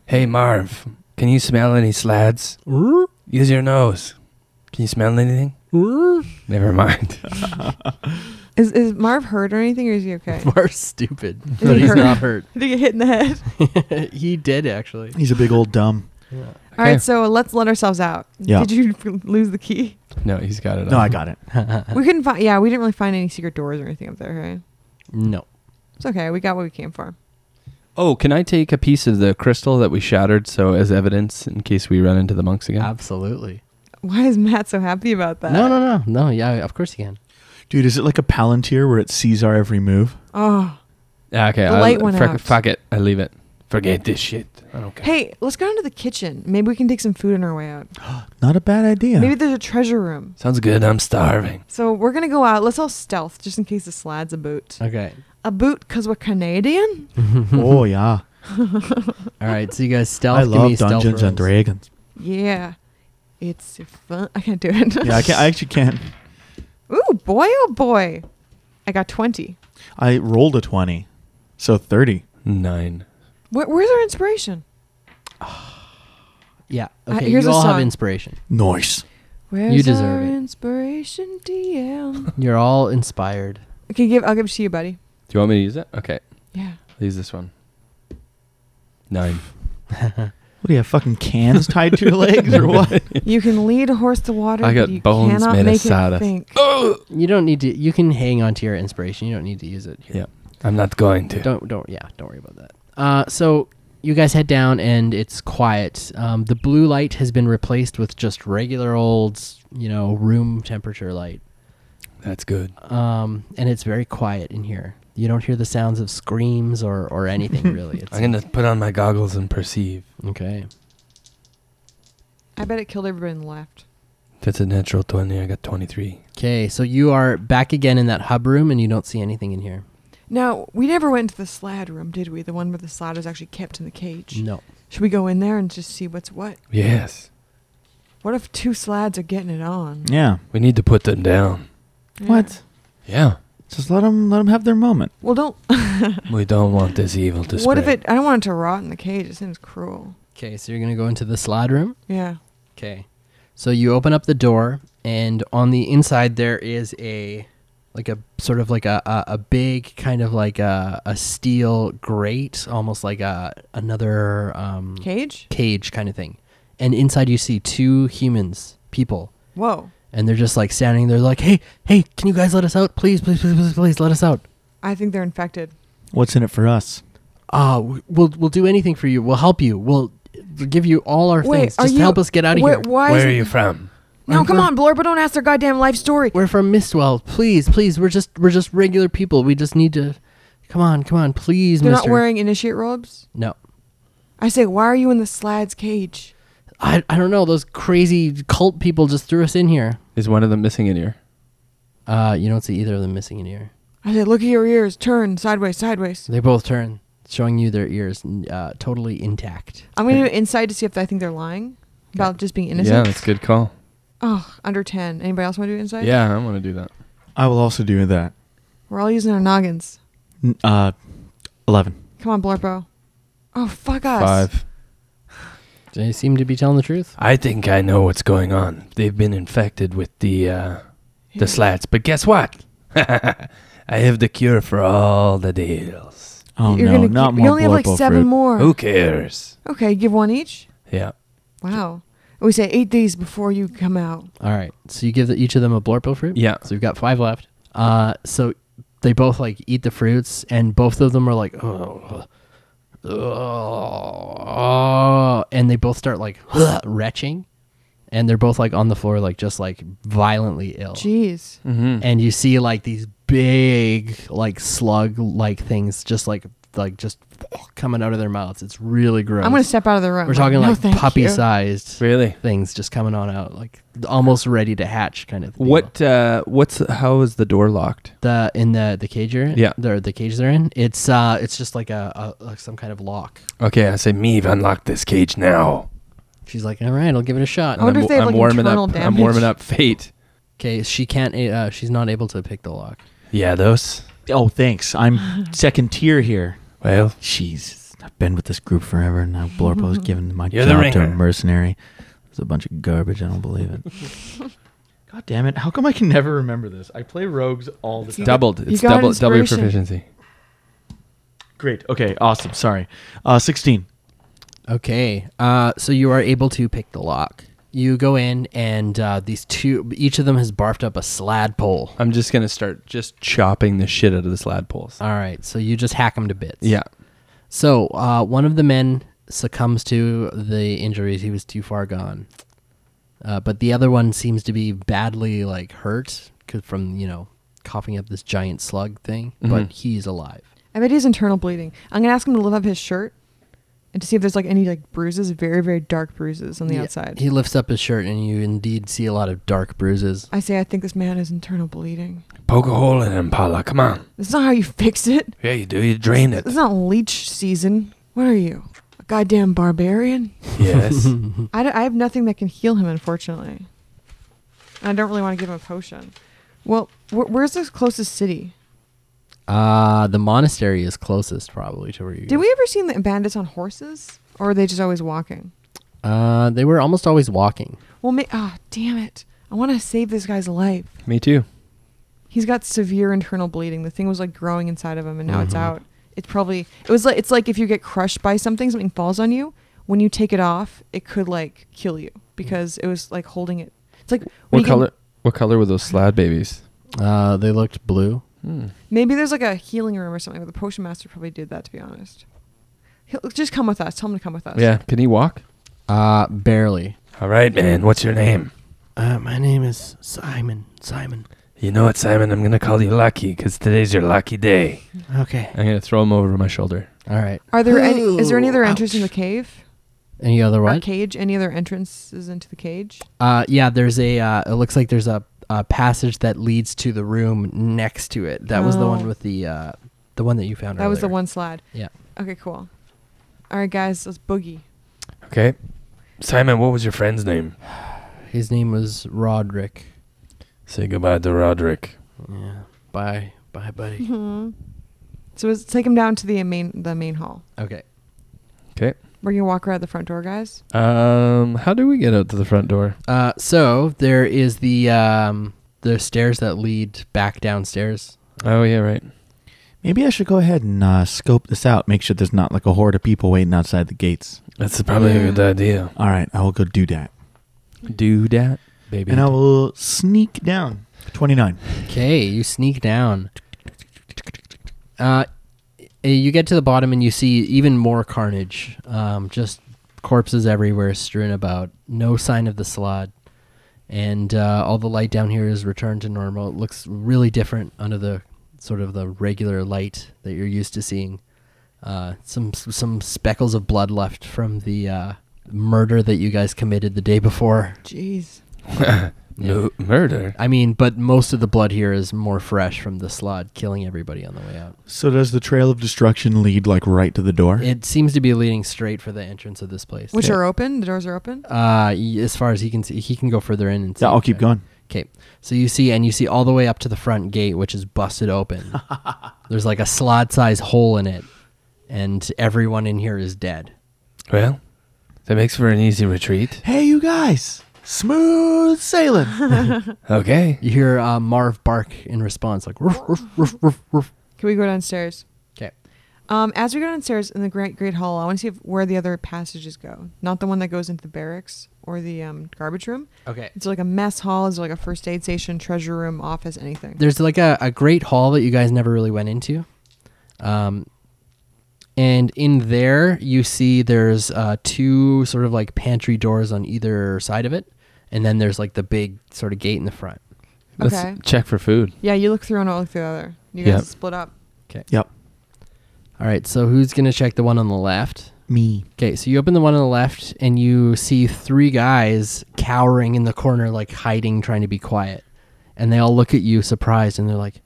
Speaker 6: Hey Marv, can you smell any slads? Use your nose. Can you smell anything? Never mind.
Speaker 4: Is, is Marv hurt or anything, or is he okay?
Speaker 3: Marv's stupid,
Speaker 4: he
Speaker 3: but he's
Speaker 4: hurt?
Speaker 3: not hurt.
Speaker 4: Did he get hit in the head?
Speaker 3: he did actually.
Speaker 2: He's a big old dumb.
Speaker 4: All right, so let's let ourselves out.
Speaker 2: Yeah.
Speaker 4: Did you lose the key?
Speaker 8: No, he's got it.
Speaker 2: No,
Speaker 8: on.
Speaker 2: I got it. Uh.
Speaker 4: we couldn't find. Yeah, we didn't really find any secret doors or anything up there. Right?
Speaker 3: No.
Speaker 4: It's okay. We got what we came for.
Speaker 6: Oh, can I take a piece of the crystal that we shattered so as evidence in case we run into the monks again?
Speaker 3: Absolutely.
Speaker 4: Why is Matt so happy about that?
Speaker 3: No, no, no, no. Yeah, of course you can.
Speaker 2: Dude, is it like a palantir where it sees our every move?
Speaker 4: Oh.
Speaker 6: Yeah, Ah, okay,
Speaker 4: The
Speaker 6: I'll-
Speaker 4: light went
Speaker 6: fuck,
Speaker 4: out.
Speaker 6: fuck it. I leave it. Forget this shit. I don't care.
Speaker 4: Hey, let's go down to the kitchen. Maybe we can take some food on our way out.
Speaker 2: Not a bad idea.
Speaker 4: Maybe there's a treasure room.
Speaker 6: Sounds good. I'm starving.
Speaker 4: So we're gonna go out. Let's all stealth, just in case the slad's a boot.
Speaker 2: Uh.
Speaker 3: Okay.
Speaker 4: A boot, cause we're Canadian.
Speaker 2: oh yeah,
Speaker 3: All right. So you guys stealth.
Speaker 2: I
Speaker 3: give
Speaker 2: love
Speaker 3: me stealth
Speaker 2: Dungeons and
Speaker 3: rolls.
Speaker 2: Dragons.
Speaker 4: Yeah, it's fun. I can't do it.
Speaker 2: Yeah, I, can, I actually can't.
Speaker 4: Ooh, boy, oh boy, I got twenty.
Speaker 2: I rolled a twenty, so thirty.
Speaker 6: Nine.
Speaker 4: Where, where's our inspiration?
Speaker 3: Yeah.
Speaker 4: Uh,
Speaker 3: Okay.
Speaker 4: here's
Speaker 3: you
Speaker 4: a
Speaker 3: all have
Speaker 4: song.
Speaker 3: inspiration.
Speaker 2: Nice.
Speaker 4: Where's
Speaker 3: deserve
Speaker 4: our
Speaker 3: it.
Speaker 4: inspiration, DM?
Speaker 3: You're all inspired.
Speaker 4: okay, give. I'll give it to you, buddy.
Speaker 6: Do you want me to use it? Okay,
Speaker 4: Yeah.
Speaker 6: I'll use this one. Nine.
Speaker 2: What do you have? Fucking cans tied to your legs or what?
Speaker 4: You can lead a horse to water.
Speaker 6: I
Speaker 4: but
Speaker 6: got
Speaker 4: you
Speaker 6: bones
Speaker 4: cannot
Speaker 6: made of
Speaker 4: make
Speaker 6: sawdust.
Speaker 4: It think.
Speaker 3: You don't need to. You can hang on to your inspiration. You don't need to use it. here.
Speaker 6: Yeah. I'm not going to.
Speaker 3: Don't don't yeah. Don't worry about that. Uh, so you guys head down and it's quiet. Um, the blue light has been replaced with just regular old, you know, room temperature light.
Speaker 6: That's good.
Speaker 3: Um, and it's very quiet in here. You don't hear the sounds of screams or or anything really. It's
Speaker 6: I'm gonna put on my goggles and perceive.
Speaker 3: okay.
Speaker 4: I bet it killed everybody and left.
Speaker 6: If it's a natural twenty, I got twenty-three.
Speaker 3: Okay, so you are back again in that hub room and you don't see anything in here.
Speaker 4: Now we never went to the slad room, did we? The one where the slad was actually kept in the cage.
Speaker 3: No.
Speaker 4: Should we go in there and just see what's what?
Speaker 6: Yes.
Speaker 4: What if two slads are getting it on?
Speaker 2: Yeah.
Speaker 6: We need to put them down.
Speaker 4: Yeah.
Speaker 2: What?
Speaker 6: Yeah.
Speaker 2: Just let them let them have their moment.
Speaker 4: Well, don't.
Speaker 6: We don't want this evil to
Speaker 4: What
Speaker 6: spread.
Speaker 4: if it? I don't want it to rot in the cage. It seems cruel.
Speaker 3: Okay, so you're gonna go into the slide room.
Speaker 4: Yeah.
Speaker 3: Okay. So you open up the door and on the inside there is a like a sort of like a, a, a big kind of like a, a steel grate, almost like a another um,
Speaker 4: Cage?
Speaker 3: cage kind of thing. And inside you see two humans, people,
Speaker 4: Whoa.
Speaker 3: and they're just like standing there like, Hey, hey, can you guys let us out? Please, please, please, please, please let us out.
Speaker 4: I think they're infected.
Speaker 2: What's in it for us?
Speaker 3: Ah, w we'll we'll do anything for you. We'll help you. We'll give you all our
Speaker 4: Wait,
Speaker 3: things.
Speaker 4: are
Speaker 3: Just
Speaker 4: you-
Speaker 3: help us get out of
Speaker 4: Where,
Speaker 3: here.
Speaker 4: why
Speaker 6: Where
Speaker 4: is
Speaker 6: are
Speaker 4: it-
Speaker 6: you from?
Speaker 4: No,
Speaker 3: I'm
Speaker 4: come
Speaker 3: from-
Speaker 4: on, Blorba, don't ask their goddamn life story.
Speaker 3: We're from Mistwell. Please, please, we're just we're just regular people. We just need to. Come on, come on, please,
Speaker 4: They're
Speaker 3: Mister.
Speaker 4: not wearing initiate robes.
Speaker 3: no,
Speaker 4: I say, why are you in the slad's cage?
Speaker 3: I I don't know. Those crazy cult people just threw us in here.
Speaker 6: Is one of them missing an ear?
Speaker 3: Uh, you don't see either of them missing an ear.
Speaker 4: I say, look at your ears. Turn sideways, sideways.
Speaker 3: They both turn, showing you their ears n- uh, totally intact.
Speaker 4: I'm gonna do an insight to see if I think they're lying about just being innocent.
Speaker 6: Yeah, that's a good call.
Speaker 4: Oh, under ten. Anybody else want to do insight?
Speaker 6: Yeah, I want to do that.
Speaker 2: I will also do that.
Speaker 4: We're all using our noggins.
Speaker 2: N- Uh, eleven.
Speaker 4: Come on, Blorbo. Oh, fuck us.
Speaker 6: Five.
Speaker 3: They seem to be telling the truth.
Speaker 6: I think I know what's going on. They've been infected with the uh,
Speaker 4: Yeah.
Speaker 6: the slats, but guess what? I have the cure for all the deals.
Speaker 2: Oh
Speaker 4: You're
Speaker 2: no,
Speaker 4: gonna
Speaker 2: not
Speaker 4: keep-
Speaker 2: more.
Speaker 4: You only have like
Speaker 2: blorpo
Speaker 4: seven
Speaker 2: fruit.
Speaker 4: more.
Speaker 6: Who cares?
Speaker 4: Okay, give one each.
Speaker 6: Yeah.
Speaker 4: Wow. We say eat these before you come out.
Speaker 3: All right, so you give the, each of them a blorpo fruit.
Speaker 6: Yeah.
Speaker 3: So we've got five left. Uh, so they both like eat the fruits, and both of them are like, oh, oh, and they both start like retching, and they're both like on the floor, like just like violently ill.
Speaker 4: Jeez.
Speaker 6: Mm-hmm.
Speaker 3: And you see like these big like slug like things, just like like just coming out of their mouths. It's really gross.
Speaker 4: I'm gonna step out of the room.
Speaker 3: We're talking
Speaker 4: No,
Speaker 3: like
Speaker 4: thank
Speaker 3: puppy
Speaker 4: you.
Speaker 3: sized
Speaker 6: Really?
Speaker 3: things just coming on out, like almost ready to hatch kind of. Deal.
Speaker 6: What? Uh, what's? How is the door locked?
Speaker 3: the in the the cage you're in,
Speaker 6: Yeah.
Speaker 3: the the cage they're in. It's uh, it's just like a, a like some kind of lock.
Speaker 6: Okay, I say, Meave, unlock this cage now.
Speaker 3: She's like, all right, I'll give it a
Speaker 4: I
Speaker 3: shot.
Speaker 4: wonder
Speaker 6: I'm,
Speaker 4: if they have,
Speaker 6: I'm
Speaker 4: like,
Speaker 6: warming
Speaker 4: internal
Speaker 6: up. I'm
Speaker 4: damage.
Speaker 6: warming up fate.
Speaker 3: Okay, she can't. a- Uh, she's not able to pick the lock.
Speaker 6: Yeah, those.
Speaker 2: Oh, thanks. I'm second tier here.
Speaker 6: Well,
Speaker 2: Jeez, I've been with this group forever, and now Blorpo's giving my
Speaker 6: You're the
Speaker 2: job to a
Speaker 6: ringer.
Speaker 2: mercenary. It's a bunch of garbage. I don't believe it. God damn it! How come I can never remember this? I play rogues all the
Speaker 4: You
Speaker 2: time.
Speaker 4: got-
Speaker 6: doubled.
Speaker 4: you
Speaker 6: It's
Speaker 4: got
Speaker 6: double double your
Speaker 4: inspiration.
Speaker 6: proficiency.
Speaker 2: Great. Okay. Awesome. Sorry. Uh, sixteen.
Speaker 3: Okay, uh, so you are able to pick the lock. You go in, and uh, these two, each of them has barfed up a slad pole.
Speaker 6: I'm just gonna start just chopping the shit out of the slad poles.
Speaker 3: All right, so you just hack them to bits.
Speaker 6: Yeah.
Speaker 3: So uh, one of the men succumbs to the injuries; he was too far gone. Uh, but the other one seems to be badly like hurt 'cause from you know coughing up this giant slug thing, but
Speaker 9: Mm-hmm.
Speaker 6: Mhm.
Speaker 3: he's alive.
Speaker 4: I bet he's internal bleeding. I'm gonna ask him to lift up his shirt and to see if there's like any like bruises, very very dark bruises on the
Speaker 3: Yeah.
Speaker 4: outside.
Speaker 3: He lifts up his shirt, and you indeed see a lot of dark bruises.
Speaker 4: I say I think this man is internal bleeding.
Speaker 5: Poke a hole in him, Paula. Come on.
Speaker 4: That's not how you fix it.
Speaker 5: Yeah, you do. You drain it.
Speaker 4: It's not leech season. What are you? A goddamn barbarian?
Speaker 5: yes.
Speaker 4: I, d- I have nothing that can heal him, unfortunately. And I don't really want to give him a potion. Well, wh- where's the closest city?
Speaker 3: Uh, the monastery is closest, probably to where you.
Speaker 4: Did we ever see the bandits on horses, or are they just always walking?
Speaker 3: Uh, they were almost always walking.
Speaker 4: Well, ma- oh damn it! I want to save this guy's life.
Speaker 6: Me too.
Speaker 4: He's got severe internal bleeding. The thing was like growing inside of him, and now it's
Speaker 3: Mhm.
Speaker 6: Mm-hmm.
Speaker 4: out. It's probably it was like it's like if you get crushed by something, something falls on you. When you take it off, it could like kill you because it was like holding it. It's like when you
Speaker 6: What
Speaker 4: get-
Speaker 6: color? What color were those slad babies?
Speaker 3: Uh, they looked blue.
Speaker 6: Hmm.
Speaker 4: Maybe there's like a healing room or something. But the potion master probably did that. To be honest, He'll, just come with us. Tell him to come with us.
Speaker 6: Yeah. Can he walk?
Speaker 3: Uh, barely.
Speaker 5: All right, man. What's your name?
Speaker 9: Uh, my name is Simon. Simon.
Speaker 5: You know what, Simon? I'm gonna call you Lucky because today's your lucky day.
Speaker 9: Okay.
Speaker 6: I'm gonna throw him over my shoulder.
Speaker 3: All right.
Speaker 4: Are there any? Is there any other
Speaker 9: Ooh,
Speaker 4: entrance in the
Speaker 9: ouch.
Speaker 4: cave?
Speaker 3: Any other
Speaker 4: Or
Speaker 3: what?
Speaker 4: cage? Any other entrances into the cage?
Speaker 3: Uh, yeah. There's a. Uh, it looks like there's a, a passage that leads to the room next to it. That was the one
Speaker 4: Oh.
Speaker 3: with the. Uh, the one that you found.
Speaker 4: That was the
Speaker 3: earlier.
Speaker 4: one slide.
Speaker 3: Yeah.
Speaker 4: Okay, cool. All right, guys, let's boogie.
Speaker 5: Okay. Simon, what was your friend's name?
Speaker 3: His name was Roderick.
Speaker 5: Say goodbye to Roderick.
Speaker 9: Yeah. Bye. Bye, buddy.
Speaker 4: Mm-hmm. So let's take him down to the main the main hall.
Speaker 3: Okay.
Speaker 4: We're gonna walk around the front door, guys.
Speaker 6: Um. How do we get out to the front door?
Speaker 3: Uh, so there is the um the stairs that lead back downstairs.
Speaker 6: Oh yeah, right.
Speaker 2: Maybe I should go ahead and uh, scope this out, make sure there's not like a horde of people waiting outside the gates.
Speaker 5: That's probably a good idea.
Speaker 2: All right, I will go do that.
Speaker 6: Do that, baby.
Speaker 2: And I will sneak down. 29.
Speaker 3: Okay, you sneak down. Uh, y- you get to the bottom and you see even more carnage. Um, just corpses everywhere strewn about. No sign of the slot. And uh, all the light down here is returned to normal. It looks really different under the sort of the regular light that you're used to seeing. Uh, some some speckles of blood left from the uh, murder that you guys committed the day before.
Speaker 4: Jeez.
Speaker 5: No murder.
Speaker 3: I mean, but most of the blood here is more fresh from the slot killing everybody on the way out.
Speaker 2: So does the trail of destruction lead like right to the door?
Speaker 3: It seems to be leading straight for the entrance of this place.
Speaker 4: Which
Speaker 3: uh,
Speaker 4: are open? The doors are open.
Speaker 3: y- as far as he can see, he can go further in and see.
Speaker 2: yeah, I'll keep
Speaker 3: Okay.
Speaker 2: going.
Speaker 3: Okay, so you see, and you see all the way up to the front gate, which is busted open. There's like a slot-sized hole in it, and everyone in here is dead.
Speaker 5: Well, that makes for an easy retreat.
Speaker 2: Hey, you guys. Smooth sailing.
Speaker 5: Okay.
Speaker 3: You hear uh, Marv bark in response, like "Ruff, ruff, ruff, ruff, ruff."
Speaker 4: Can we go downstairs?
Speaker 3: 'Kay.
Speaker 4: Um, as we go downstairs in the great great hall, I want to see if, where the other passages go. Not the one that goes into the barracks or the um, garbage room.
Speaker 3: Okay.
Speaker 4: It's like a mess hall. Is there like a first aid station, treasure room, office, anything?
Speaker 3: there's like a, a great hall that you guys never really went into. Um, and in there, you see there's uh, two sort of like pantry doors on either side of it. And then there's like the big sort of gate in the front.
Speaker 6: Let's
Speaker 4: Okay.
Speaker 6: check for food.
Speaker 4: Yeah, you look through and I look through the other. You guys
Speaker 6: Yep.
Speaker 4: split up.
Speaker 3: All right, so who's going to check the one on the left?
Speaker 2: Me.
Speaker 3: Okay, so you open the one on the left and you see three guys cowering in the corner, like hiding, trying to be quiet. And they all look at you surprised and they're like,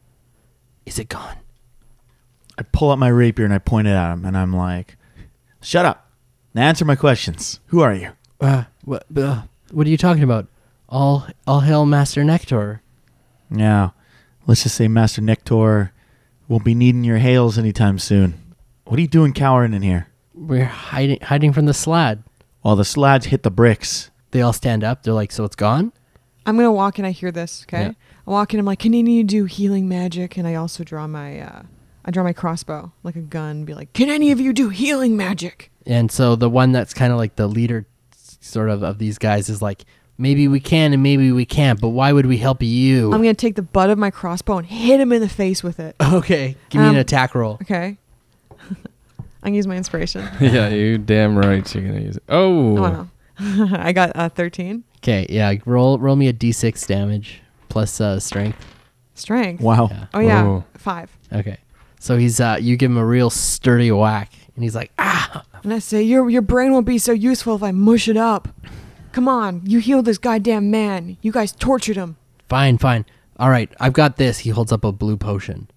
Speaker 3: Is it gone?
Speaker 2: I pull out my rapier and I point it at him and I'm like, shut up. Now answer my questions. Who are you?
Speaker 3: Uh, what, uh, what are you talking about? All, all hail Master Nectar.
Speaker 2: Now, let's just say Master Nector won't be needing your hails anytime soon. What are you doing cowering in here?
Speaker 3: We're hiding, hiding from the slad.
Speaker 2: While the slides hit the bricks.
Speaker 3: They all stand up. They're like, so it's gone?
Speaker 4: I'm gonna walk and I hear this. Okay,
Speaker 3: Yeah.
Speaker 4: I walk in. I'm like, can any of you do healing magic? And I also draw my, uh, I draw my crossbow like a gun. Be like, can any of you do healing magic?
Speaker 3: And so the one that's kind of like the leader s- sort of of these guys is like, maybe we can and maybe we can't, but why would we help you?
Speaker 4: I'm gonna take the butt of my crossbow and hit him in the face with it.
Speaker 3: okay, give me
Speaker 4: Um,
Speaker 3: an attack roll.
Speaker 4: Okay. I'm gonna use my inspiration.
Speaker 6: yeah, you damn right you're gonna use it. Oh,
Speaker 4: Wow. I got uh, 13
Speaker 3: Okay, yeah. Roll roll me a d6 damage plus uh, strength.
Speaker 4: strength.
Speaker 2: Wow.
Speaker 3: Yeah.
Speaker 4: Oh yeah,
Speaker 6: Whoa.
Speaker 4: five.
Speaker 3: Okay. So he's uh, you give him a real sturdy whack, and he's like, ah,
Speaker 4: And I say, your your brain won't be so useful if I mush it up. Come on, you healed this goddamn man. You guys tortured him.
Speaker 3: fine, fine. All right, I've got this. He holds up a blue potion.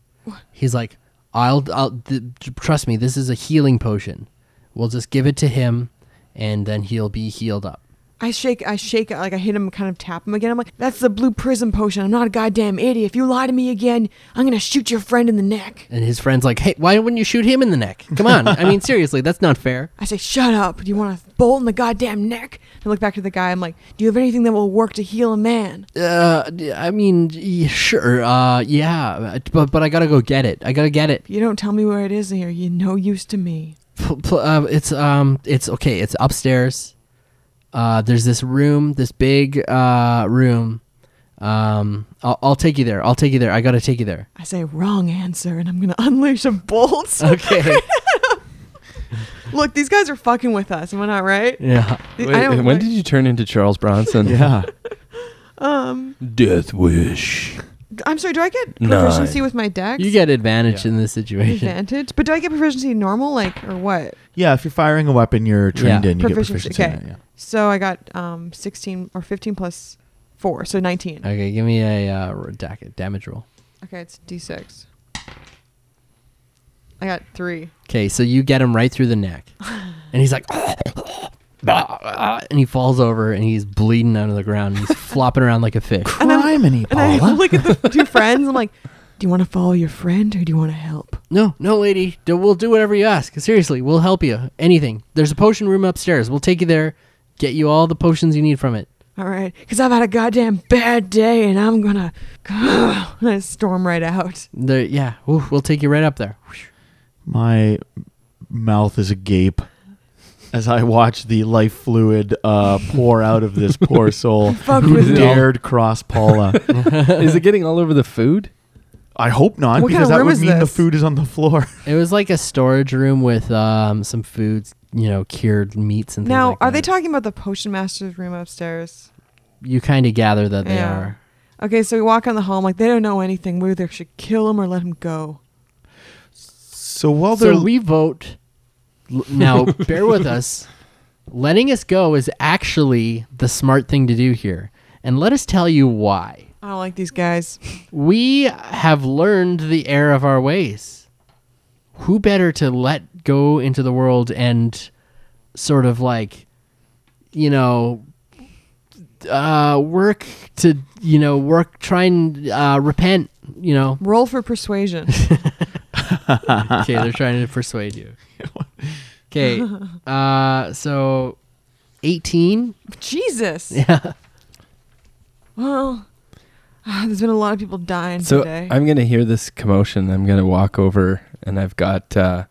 Speaker 3: He's like, I'll, I'll th- trust me. This is a healing potion. We'll just give it to him, and then he'll be healed up.
Speaker 4: I shake, I shake, like I hit him, kind of tap him again. I'm like, that's the blue prism potion. I'm not a goddamn idiot. If you lie to me again, I'm gonna shoot your friend in the neck.
Speaker 3: And his friend's like, Hey, why wouldn't you shoot him in the neck? Come on. I mean, seriously, that's not fair.
Speaker 4: I say, shut up. Do you want a bolt in the goddamn neck? I look back to the guy. I'm like, do you have anything that will work to heal a man?
Speaker 3: Uh, d- I mean, y- sure. Uh, yeah, but but I gotta go get it. I gotta get it.
Speaker 4: If you don't tell me where it is in here, you're no use to me.
Speaker 3: P- p- uh, it's um, it's okay. It's upstairs. Uh, there's this room, this big uh room. Um, I'll, I'll take you there. I'll take you there. I gotta take you there.
Speaker 4: I say, wrong answer, and I'm gonna unleash a bolt.
Speaker 6: Uh.
Speaker 3: Okay.
Speaker 4: look, these guys are fucking with us. Am I not right?
Speaker 3: yeah.
Speaker 4: Th- I
Speaker 6: Wait, uh,
Speaker 4: don't-
Speaker 6: when
Speaker 4: like-
Speaker 6: did you turn into Charles Bronson?
Speaker 2: Yeah.
Speaker 4: Um,
Speaker 5: Death wish.
Speaker 4: I'm sorry. Do I get
Speaker 5: Nine.
Speaker 4: proficiency with my dex?
Speaker 3: You get advantage in this situation.
Speaker 4: advantage, but do I get proficiency normal, like or what?
Speaker 2: Yeah. If you're firing a weapon, you're trained
Speaker 3: Yeah.
Speaker 2: in. You
Speaker 4: Proficiency,
Speaker 2: get proficiency. in
Speaker 4: okay.
Speaker 2: it,
Speaker 4: So I got um 16 or 15 plus four, so 19.
Speaker 3: Okay, give me a uh, r- dac- damage roll.
Speaker 4: Okay, it's d6. I got three.
Speaker 3: Okay, so you get him right through the neck, and he's like, and he falls over and he's bleeding out of the ground. And he's flopping around like a fish.
Speaker 2: yeah. Crime and
Speaker 4: And I look at the two friends. I'm like, do you want to follow your friend or do you want to help?
Speaker 3: No, no, lady, d- we'll do whatever you ask. Seriously, we'll help you. Anything. There's a potion room upstairs. We'll take you there, get you all the potions you need from it.
Speaker 4: All right, because I've had a goddamn bad day and I'm gonna and I storm right out.
Speaker 3: There, yeah, ooh, we'll take you right up there.
Speaker 2: My mouth is agape as I watch the life fluid uh, pour out of this poor soul
Speaker 4: Fuck
Speaker 2: who
Speaker 4: with me.
Speaker 2: dared cross Paula.
Speaker 6: Is it getting all over the food?
Speaker 2: I hope not,
Speaker 4: What kind
Speaker 2: because
Speaker 4: of
Speaker 2: that
Speaker 4: room
Speaker 2: would
Speaker 4: is
Speaker 2: mean the
Speaker 4: this?
Speaker 2: food is on the floor.
Speaker 3: It was like a storage room with um, some foods, you know, cured meats and things
Speaker 4: Now,
Speaker 3: like
Speaker 4: are they
Speaker 3: that.
Speaker 4: talking about the potion master's room upstairs?
Speaker 3: you kind of gather that they
Speaker 4: Yeah.
Speaker 3: are.
Speaker 4: Okay, so we walk on the hall. I'm like, they don't know anything. We either should kill him or let him go.
Speaker 2: So while they're
Speaker 3: So we vote. l- Now, bear with us. Letting us go is actually the smart thing to do here. And let us tell you why.
Speaker 4: I don't like these guys.
Speaker 3: We have learned the error of our ways. Who better to let go into the world and sort of like, you know, uh, work to, you know, work, try and uh, repent, you know?
Speaker 4: Roll for persuasion.
Speaker 3: okay, they're trying to persuade you. Okay, uh, so 18.
Speaker 4: Jesus.
Speaker 3: Yeah.
Speaker 4: Well, ah, there's been a lot of people dying
Speaker 6: So
Speaker 4: today.
Speaker 6: I'm gonna hear this commotion. I'm gonna walk over, and I've got, uh,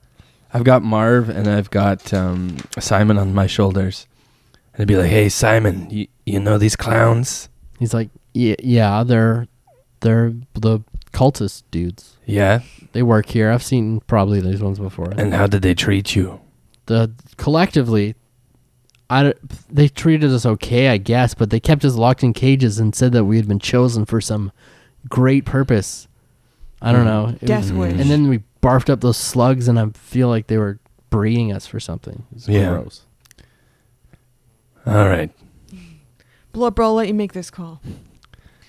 Speaker 6: I've got Marv, and I've got um, Simon on my shoulders, and I'd be like, "Hey, Simon, you, you know these clowns?
Speaker 3: He's like, yeah, yeah, they're they're the cultist dudes.
Speaker 6: Yeah.
Speaker 3: They work here. I've seen probably these ones before.
Speaker 6: And how did they treat you?
Speaker 3: the collectively I, don't- they treated us okay, I guess, but they kept us locked in cages and said that we had been chosen for some great purpose. I
Speaker 6: Hmm.
Speaker 3: don't know. It
Speaker 4: Death wish.
Speaker 3: Mm. And then we barfed up those slugs, and I feel like they were breeding us for something.
Speaker 6: It's gross. All right.
Speaker 4: Blood bro, I'll let you make this call.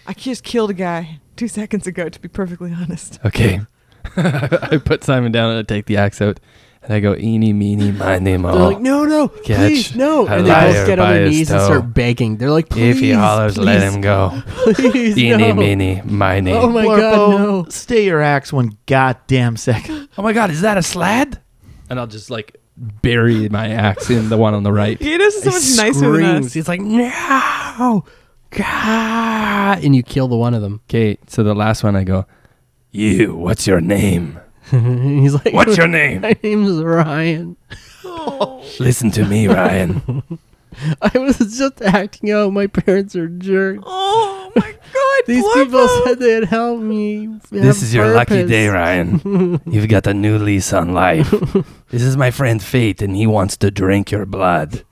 Speaker 4: I just killed a guy two seconds ago, to be perfectly honest.
Speaker 6: Okay. I put Simon down and I take the axe out and I go, eeny, meeny, miny, mo.
Speaker 3: They're like, no, no,
Speaker 6: Oh. Catch
Speaker 3: please, no.
Speaker 6: a
Speaker 3: And they both
Speaker 6: liar
Speaker 3: get on
Speaker 6: by
Speaker 3: their
Speaker 6: his
Speaker 3: knees and
Speaker 6: toe.
Speaker 3: start begging. They're like, please,
Speaker 6: if he hollers,
Speaker 3: please,
Speaker 6: let him go.
Speaker 3: Please,
Speaker 6: Eeny,
Speaker 3: no.
Speaker 6: meeny, miny.
Speaker 3: Oh my god, no.
Speaker 2: Stay your axe one goddamn second.
Speaker 6: Oh my God, is that a slad? And I'll just like bury my axe in the one on the right.
Speaker 4: He is so
Speaker 3: He
Speaker 4: much nicer than
Speaker 3: screams.
Speaker 4: us.
Speaker 3: He's like, no, God. And you kill the one of them.
Speaker 6: Okay, so the last one I go, you, what's your name?
Speaker 3: He's like,
Speaker 6: What's your name?
Speaker 3: My name's Ryan.
Speaker 6: Listen to me, Ryan.
Speaker 10: I was just acting out. My parents are jerks.
Speaker 4: Oh my god.
Speaker 10: These people said they'd help me.
Speaker 6: This is your lucky day, Ryan. You've got a new lease on life. this is my friend Fate, and he wants to drink your blood.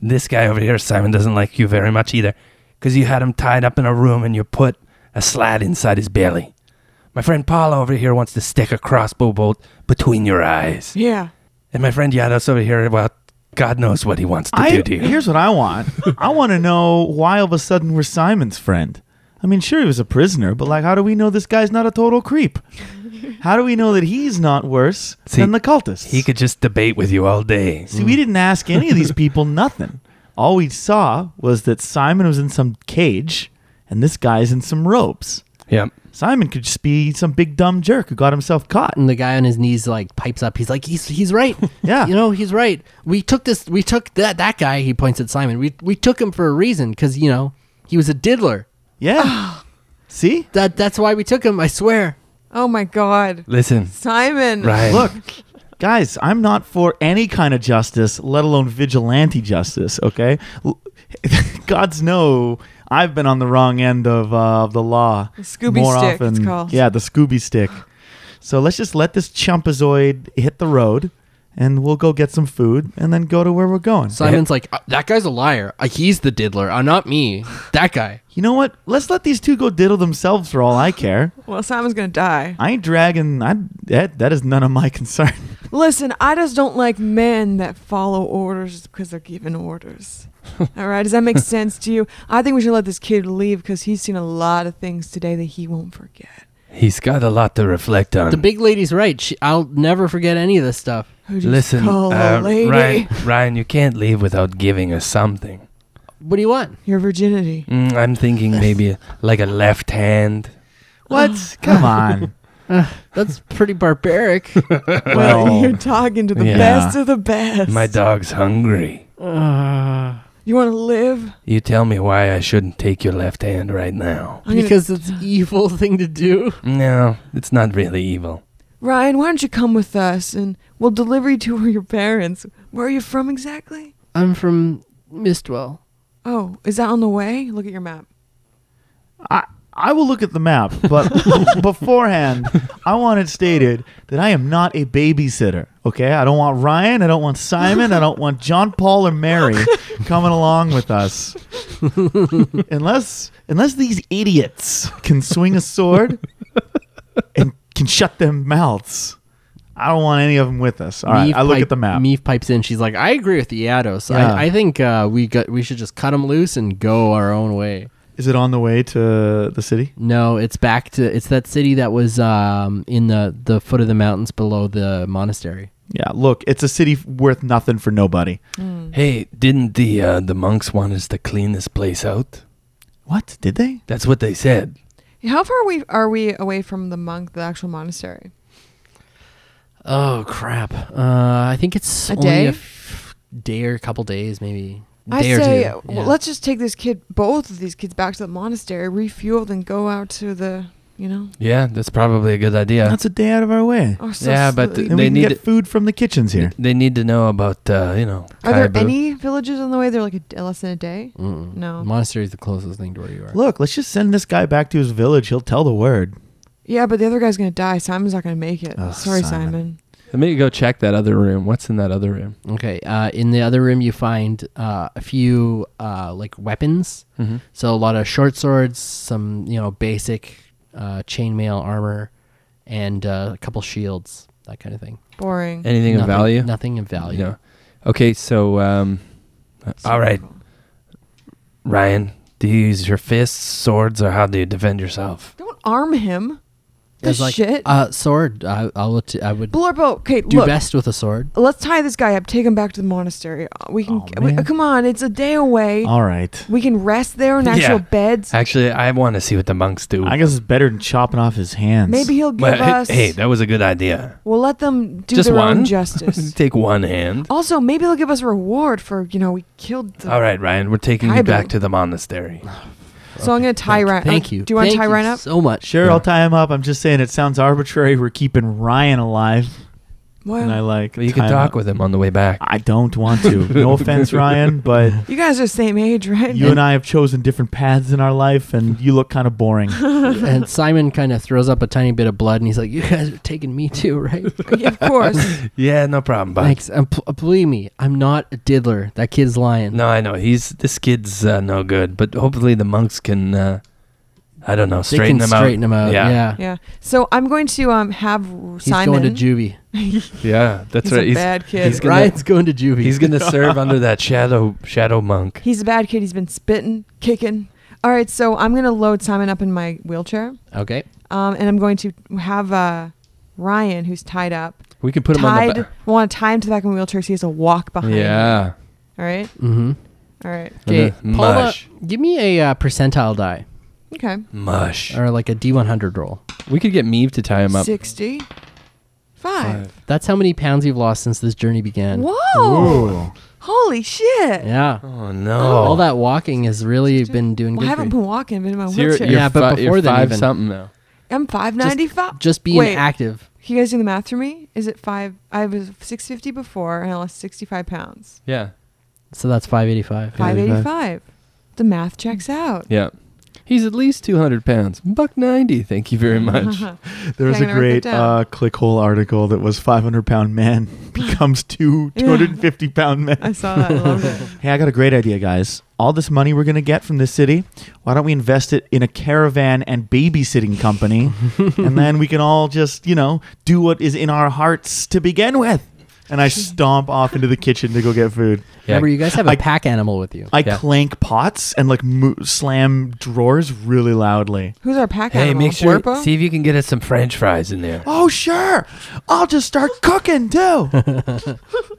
Speaker 6: This guy over here, Simon, doesn't like you very much either, because you had him tied up in a room and you put a slat inside his belly. My friend Paula over here wants to stick a crossbow bolt between your eyes.
Speaker 4: Yeah.
Speaker 6: And my friend Yados over here, well, God knows what he wants to
Speaker 2: I,
Speaker 6: do to you.
Speaker 2: here's what I want. I want to know why all of a sudden we're Simon's friend. I mean, sure he was a prisoner, but like, how do we know this guy's not a total creep? How do we know that he's not worse
Speaker 6: See,
Speaker 2: than the cultists?
Speaker 6: He could just debate with you all day.
Speaker 2: See, we didn't ask any of these people nothing. All we saw was that Simon was in some cage, and this guy's in some ropes.
Speaker 6: Yep.
Speaker 2: Simon could just be some big dumb jerk who got himself caught.
Speaker 3: And the guy on his knees like pipes up. He's like, he's he's right.
Speaker 2: Yeah.
Speaker 3: you know, he's right. We took this. We took that that guy. He points at Simon. We we took him for a reason because you know he was a diddler.
Speaker 2: Yeah. See?
Speaker 3: That that's why we took him. I swear.
Speaker 4: Oh my god.
Speaker 6: Listen,
Speaker 4: Simon.
Speaker 6: Ryan.
Speaker 2: Look, guys, I'm not for any kind of justice, let alone vigilante justice, okay? L- God's no, I've been on the wrong end of, uh, of the law.
Speaker 4: The Scooby stick, it's called.
Speaker 2: Yeah, the Scooby stick. So let's just let this chumpazoid hit the road and we'll go get some food and then go to where we're going.
Speaker 3: Simon's like, "Uh, that guy's a liar. Uh, he's the diddler. Uh, not me. That guy.
Speaker 2: You know what? Let's let these two go diddle themselves for all I care.
Speaker 4: Well, Simon's gonna die.
Speaker 2: I ain't dragging. I that that is none of my concern.
Speaker 4: Listen, I just don't like men that follow orders because they're given orders. All right, does that make sense to you? I think we should let this kid leave because he's seen a lot of things today that he won't forget.
Speaker 6: he's got a lot to reflect on.
Speaker 3: The big lady's right. She, I'll never forget any of this stuff.
Speaker 4: Who just
Speaker 6: Listen,
Speaker 4: call a
Speaker 6: uh,
Speaker 4: lady
Speaker 6: Ryan, Ryan, you can't leave without giving us something.
Speaker 3: What do you want?
Speaker 4: your virginity?
Speaker 6: Mm, I'm thinking maybe like a left hand.
Speaker 2: What? Come on.
Speaker 3: That's pretty barbaric.
Speaker 2: Well,
Speaker 4: You're talking to the
Speaker 6: Yeah.
Speaker 4: best of the best.
Speaker 6: My dog's hungry.
Speaker 10: Uh,
Speaker 4: you want to live?
Speaker 6: You tell me why I shouldn't take your left hand right now.
Speaker 4: I'm gonna-
Speaker 10: because it's evil thing to do.
Speaker 6: No, it's not really evil.
Speaker 4: Ryan, why don't you come with us and we'll deliver you to your parents? Where are you from exactly?
Speaker 10: I'm from Mistwell.
Speaker 4: Oh, is that on the way? Look at your map.
Speaker 2: I I will look at the map, but beforehand, I want it stated that I am not a babysitter. Okay, I don't want Ryan. I don't want Simon. I don't want John Paul or Mary coming along with us, unless unless these idiots can swing a sword and can shut their mouths. I don't want any of them with us. All right,
Speaker 3: Meave
Speaker 2: I look
Speaker 3: pipe-
Speaker 2: at the map.
Speaker 3: Meave pipes in. She's like, I agree with the Ados.
Speaker 2: Yeah.
Speaker 3: I, I think uh, we got we should just cut him loose and go our own way.
Speaker 2: Is it on the way to the city?
Speaker 3: No, it's back to it's that city that was um, in the the foot of the mountains below the monastery.
Speaker 2: Yeah, look, it's a city worth nothing for nobody.
Speaker 6: Hey, didn't the uh, the monks want us to clean this place out?
Speaker 2: What? Did they?
Speaker 6: That's what they said.
Speaker 4: How far we are we away from the monk, the actual monastery?
Speaker 3: Oh crap! Uh, I think it's
Speaker 4: A
Speaker 3: only
Speaker 4: day?
Speaker 3: a f- day or a couple days, maybe.
Speaker 4: I
Speaker 3: day
Speaker 4: say,
Speaker 3: or two.
Speaker 4: well,
Speaker 3: Yeah.
Speaker 4: let's just take this kid, both of these kids, back to the monastery, refueled, and go out to the, you know.
Speaker 6: Yeah, that's probably a good idea.
Speaker 2: That's a day out of our way.
Speaker 4: Are so
Speaker 6: Yeah, but
Speaker 4: sleepy.
Speaker 2: And
Speaker 6: They
Speaker 2: we can
Speaker 6: need
Speaker 2: get
Speaker 6: it-
Speaker 2: food from the kitchens here.
Speaker 6: They need to know about uh, you know.
Speaker 4: are there
Speaker 6: Kaibu.
Speaker 4: any villages on the way? They're like a d less than a day.
Speaker 3: Mm-mm.
Speaker 4: No.
Speaker 3: monastery is the closest thing to where you are.
Speaker 2: Look, let's just send this guy back to his village. He'll tell the word.
Speaker 4: Yeah, but the other guy's gonna die. Simon's not gonna make it.
Speaker 2: Oh,
Speaker 4: Sorry,
Speaker 2: Simon.
Speaker 4: Simon.
Speaker 11: Let me go check that other room. What's in that other room?
Speaker 3: Okay. Uh, in the other room, you find uh, a few uh, like weapons.
Speaker 4: Mm-hmm.
Speaker 11: Mhm.
Speaker 3: So a lot of short swords, some you know basic uh, chainmail armor, and uh, a couple shields, that kind of thing.
Speaker 4: Boring.
Speaker 11: Anything of
Speaker 3: Nothing-
Speaker 11: value?
Speaker 3: Nothing of value.
Speaker 11: Yeah. Okay, so um,
Speaker 6: All right, Ryan, do you use your fists, swords, or how do you defend yourself?
Speaker 4: Don't arm him. This
Speaker 3: It's like,
Speaker 4: shit.
Speaker 3: Uh, sword. I, I would. I would
Speaker 4: Blurbo. Okay,
Speaker 3: do
Speaker 4: look.
Speaker 3: best with a sword.
Speaker 4: Let's tie this guy up. Take him back to the monastery. Uh, We can.
Speaker 2: Oh,
Speaker 4: we-
Speaker 2: man.
Speaker 4: come on, it's a day away.
Speaker 2: All right.
Speaker 4: We can rest there in
Speaker 6: Oh. Yeah.
Speaker 4: actual beds.
Speaker 6: Actually, I want to see what the monks do.
Speaker 2: I guess it's better than chopping off his hands.
Speaker 4: Maybe he'll give
Speaker 6: Well, hey-
Speaker 4: us.
Speaker 6: hey, that was a good idea.
Speaker 4: we'll let them do
Speaker 6: Just
Speaker 4: their own
Speaker 6: one?
Speaker 4: justice.
Speaker 6: Take one hand.
Speaker 4: also, maybe they'll give us a reward for you know we killed. The,
Speaker 6: All right, Ryan, we're taking
Speaker 4: Kaibu.
Speaker 6: you back to the monastery.
Speaker 4: So I'm gonna tie
Speaker 3: Thank-
Speaker 4: Ryan.
Speaker 3: Thank you.
Speaker 4: uh, Do you want to
Speaker 3: Thank
Speaker 4: tie
Speaker 3: you
Speaker 4: Ryan up?
Speaker 3: So much.
Speaker 2: Sure, I'll tie him up. I'm just saying it sounds arbitrary. We're keeping Ryan alive.
Speaker 4: Wow.
Speaker 2: and I like.
Speaker 5: But you can
Speaker 2: time
Speaker 5: talk
Speaker 2: out.
Speaker 5: with him on the way back.
Speaker 2: I don't want to. No offense, Ryan, but
Speaker 4: you guys are same age, right?
Speaker 2: you and I have chosen different paths in our life, and you look kind of boring.
Speaker 3: and Simon kind of throws up a tiny bit of blood, and he's like, "You guys are taking me too, right?
Speaker 4: Yeah, of course.
Speaker 5: Yeah, no problem, bud.
Speaker 3: Thanks. Um, pl- believe me, I'm not a diddler. That kid's lying.
Speaker 5: No, I know he's this kid's uh, no good, but hopefully the monks can. Uh, I don't know,
Speaker 3: they
Speaker 5: straighten
Speaker 3: can
Speaker 5: him
Speaker 3: straighten him out.
Speaker 5: Yeah.
Speaker 3: Yeah,
Speaker 4: yeah. So I'm going to um have
Speaker 3: he's
Speaker 4: Simon.
Speaker 3: going to juvie.
Speaker 5: out. Yeah, that's
Speaker 4: he's
Speaker 5: right.
Speaker 4: a
Speaker 5: He's
Speaker 4: bad kid.
Speaker 5: he's
Speaker 4: He's,
Speaker 5: gonna-
Speaker 3: Ryan's going to juvie.
Speaker 5: he's gonna serve under that shadow shadow monk.
Speaker 4: a bad kid. He's been spitting, kicking. All right, so I'm going to load Simon up in my wheelchair,
Speaker 3: okay.
Speaker 4: um, and I'm going to have uh, Ryan, who's tied up,
Speaker 5: We can put him on
Speaker 4: tied.
Speaker 5: the back.
Speaker 4: want to tie him to the back of my wheelchair so he has to walk behind. me.
Speaker 5: Yeah.
Speaker 4: All right.
Speaker 3: Mm-hmm.
Speaker 4: All right.
Speaker 3: Okay,
Speaker 5: Mush.
Speaker 3: Paula, give me a uh, percentile die
Speaker 4: Okay.
Speaker 5: Mush.
Speaker 3: or like a D100 roll.
Speaker 6: We could get Meave to tie him up.
Speaker 4: Sixty. Five.
Speaker 3: That's how many pounds you've lost since this journey began.
Speaker 4: Whoa! Holy shit!
Speaker 3: Yeah.
Speaker 5: Oh no.
Speaker 3: All that walking has really been doing
Speaker 4: Well, I
Speaker 3: good.
Speaker 4: haven't
Speaker 3: for you.
Speaker 4: been walking. I've been in my
Speaker 6: So you're,
Speaker 4: wheelchair.
Speaker 6: you're
Speaker 3: Yeah, but
Speaker 6: fi- you're
Speaker 3: before then
Speaker 6: five
Speaker 3: even.
Speaker 6: something now.
Speaker 4: I'm five ninety five.
Speaker 3: Just being
Speaker 4: Wait,
Speaker 3: active.
Speaker 4: Can you guys do the math for me? Is it five? I was six fifty before, and I lost sixty five pounds.
Speaker 6: Yeah,
Speaker 3: So that's 585.
Speaker 4: Five eighty five. The math checks out.
Speaker 6: yeah. He's at least two hundred pounds. Buck ninety. Thank you very much.
Speaker 2: There was a
Speaker 4: Okay, I'm gonna write
Speaker 2: great
Speaker 4: that down.
Speaker 2: uh, clickhole article that was 500 pound man becomes two
Speaker 4: Yeah.
Speaker 2: 250 pound men.
Speaker 4: I saw that. I loved it.
Speaker 2: Hey, I got a great idea, guys. All this money we're going to get from this city, why don't we invest it in a caravan and babysitting company? and then we can all just, you know, do what is in our hearts to begin with. And I stomp off into the kitchen to go get food.
Speaker 3: Remember, you guys have a
Speaker 2: I-
Speaker 3: pack animal with you.
Speaker 2: I
Speaker 5: Yeah.
Speaker 2: clank pots and like mo- slam drawers really loudly.
Speaker 4: Who's our pack
Speaker 5: Hey,
Speaker 4: animal?
Speaker 5: make sure
Speaker 4: Werpa?
Speaker 5: see if you can get us some French fries in there.
Speaker 2: Oh, sure. I'll just start cooking too.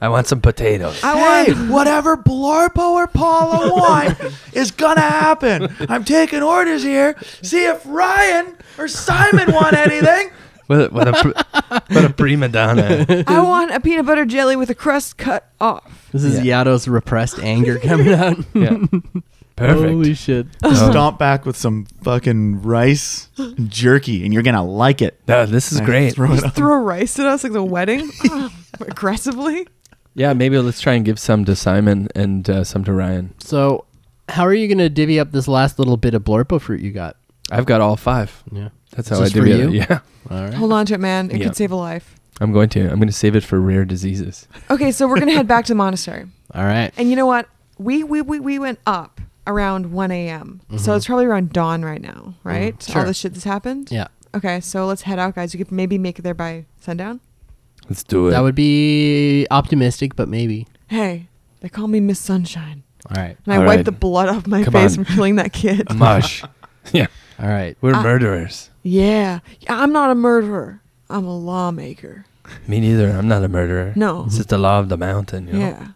Speaker 5: I want some potatoes.
Speaker 4: I want.
Speaker 2: whatever Blorpo or Paula want is gonna happen. I'm taking orders here. See if Ryan or Simon want anything.
Speaker 5: What, what, a, pr- what a prima donna.
Speaker 4: I want a peanut butter jelly with a crust cut off.
Speaker 3: This is Yado's repressed anger coming out.
Speaker 5: Perfect.
Speaker 3: shit.
Speaker 2: Um, Stomp back with some fucking rice and jerky, and you're gonna like it.
Speaker 5: no, this is great.
Speaker 2: Throw it up.
Speaker 4: Throw rice at us like the wedding, Ah, aggressively.
Speaker 6: Yeah, maybe let's try and give some to Simon and uh, some to Ryan.
Speaker 3: So, how are you going to divvy up this last little bit of blorpo fruit you got?
Speaker 6: I've got all five.
Speaker 3: Yeah.
Speaker 6: That's how
Speaker 3: Is this
Speaker 6: I do
Speaker 3: for
Speaker 6: it.
Speaker 3: you?
Speaker 6: Yeah,
Speaker 3: All right.
Speaker 4: Hold on to it, man. It
Speaker 6: Yeah.
Speaker 4: could save a life.
Speaker 6: I'm going to. I'm going to save it for rare diseases.
Speaker 4: Okay, so we're gonna head back to the monastery.
Speaker 3: All right.
Speaker 4: And you know what? We we we, we went up around 1 a.m.
Speaker 5: Mm-hmm.
Speaker 4: So it's probably around dawn right now, right?
Speaker 3: Mhm. Sure.
Speaker 4: All the shit that's happened.
Speaker 3: Yeah.
Speaker 4: Okay, so let's head out, guys. We could maybe make it there by sundown.
Speaker 5: Let's do it.
Speaker 3: That would be optimistic, but maybe.
Speaker 4: Hey, they call me Miss Sunshine,
Speaker 3: All right.
Speaker 4: and I
Speaker 5: All
Speaker 4: wiped
Speaker 5: right.
Speaker 4: the blood off my
Speaker 5: Come
Speaker 4: face
Speaker 5: on.
Speaker 4: from killing that kid.
Speaker 5: Mush.
Speaker 3: All right.
Speaker 5: We're
Speaker 4: I-
Speaker 5: murderers.
Speaker 4: yeah, Yeah, I'm not a murderer. I'm a lawmaker.
Speaker 5: Me neither. I'm not a murderer.
Speaker 4: No.
Speaker 5: It's just the law of the mountain, you know?
Speaker 4: Yeah.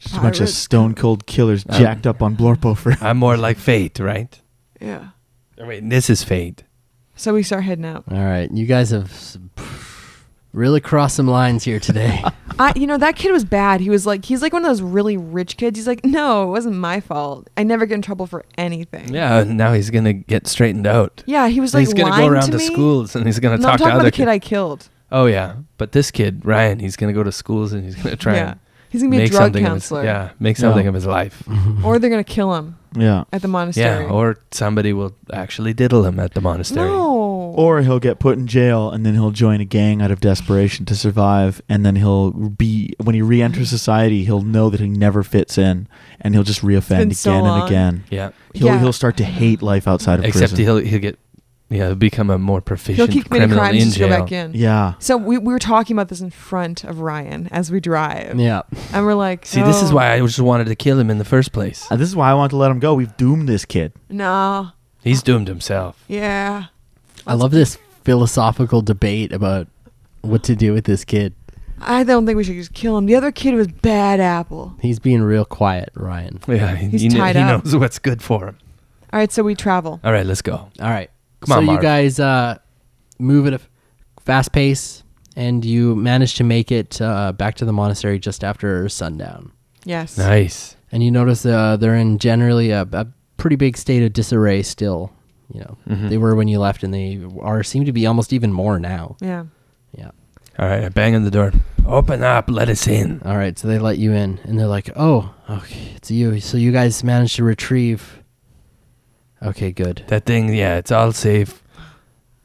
Speaker 2: Just a bunch of
Speaker 4: Pirate.
Speaker 2: stone cold killers
Speaker 5: Um,
Speaker 2: jacked up on Blorpo for
Speaker 5: I'm more like fate, right?
Speaker 4: Yeah.
Speaker 5: Oh, Wait, this is fate.
Speaker 4: So we start heading out.
Speaker 3: All right. You guys have s- really crossed some lines here today.
Speaker 4: I, you know, that kid was bad. He was like, he's like one of those really rich kids. He's like, no, it wasn't my fault. I never get in trouble for anything.
Speaker 5: Yeah, now he's gonna get straightened out.
Speaker 4: Yeah, he was like
Speaker 5: he's gonna
Speaker 4: lying
Speaker 5: go around
Speaker 4: to
Speaker 5: to,
Speaker 4: me.
Speaker 5: schools and he's gonna
Speaker 4: No,
Speaker 5: talk to
Speaker 4: I'm talking about
Speaker 5: other
Speaker 4: the kid
Speaker 5: kids.
Speaker 4: I killed.
Speaker 5: oh yeah, but this kid Ryan, he's gonna go to schools and he's gonna try
Speaker 4: yeah.
Speaker 5: and
Speaker 4: He's gonna be a
Speaker 5: make
Speaker 4: drug
Speaker 5: something
Speaker 4: counselor.
Speaker 5: Of his, yeah, make something of his life.
Speaker 4: Or they're gonna kill him
Speaker 2: Yeah.
Speaker 4: at the monastery.
Speaker 5: yeah, or somebody will actually diddle him at the monastery.
Speaker 4: no.
Speaker 2: Or he'll get put in jail and then he'll join a gang out of desperation to survive. And then he'll be, when he re enters society, he'll know that he never fits in and he'll just reoffend
Speaker 4: been
Speaker 2: again
Speaker 4: so
Speaker 2: and
Speaker 4: long.
Speaker 2: again.
Speaker 5: Yeah,
Speaker 2: He'll,
Speaker 4: Yeah.
Speaker 2: he'll start to hate life outside of
Speaker 5: except
Speaker 2: prison.
Speaker 5: he'll he'll get yeah he'll become a more
Speaker 4: he'll
Speaker 5: proficient
Speaker 4: keep committing
Speaker 5: criminal
Speaker 4: crimes
Speaker 5: in
Speaker 4: just to
Speaker 5: jail.
Speaker 4: go back in.
Speaker 2: yeah.
Speaker 4: So we, we were talking about this in front of Ryan as we drive,
Speaker 3: yeah.
Speaker 4: and we're like,
Speaker 5: See, this is
Speaker 4: "Oh,
Speaker 5: why I just wanted to kill him in the first place.
Speaker 2: Uh, This is why I want to let him go. We've doomed this kid.
Speaker 4: No,
Speaker 5: He's doomed himself.
Speaker 4: yeah,
Speaker 3: I love this philosophical debate about what to do with this kid.
Speaker 4: I don't think we should just kill him. The other kid was bad apple.
Speaker 3: He's being real quiet, Ryan.
Speaker 5: Yeah, he,
Speaker 4: He's
Speaker 5: he, kn-
Speaker 4: tied
Speaker 5: he
Speaker 4: up.
Speaker 5: knows what's good for him.
Speaker 4: All right, so we travel.
Speaker 5: All right, let's go.
Speaker 3: All right.
Speaker 5: Come
Speaker 3: so
Speaker 5: on,
Speaker 3: you
Speaker 5: Marv.
Speaker 3: guys uh, move at a f- fast pace, and you manage to make it uh, back to the monastery just after sundown.
Speaker 4: Yes,
Speaker 5: Nice.
Speaker 3: And you notice uh, they're in generally a, a pretty big state of disarray still. You know, they
Speaker 2: Mm-hmm.
Speaker 3: were when you left, and they are seem to be almost even more now.
Speaker 4: yeah.
Speaker 3: Yeah.
Speaker 5: All right, I bang on the door.
Speaker 6: Open up. Let us in.
Speaker 3: All right, so they let you in, and they're like, "Oh, okay, it's you." So you guys managed to retrieve. Okay, good.
Speaker 6: That thing, yeah, it's all safe.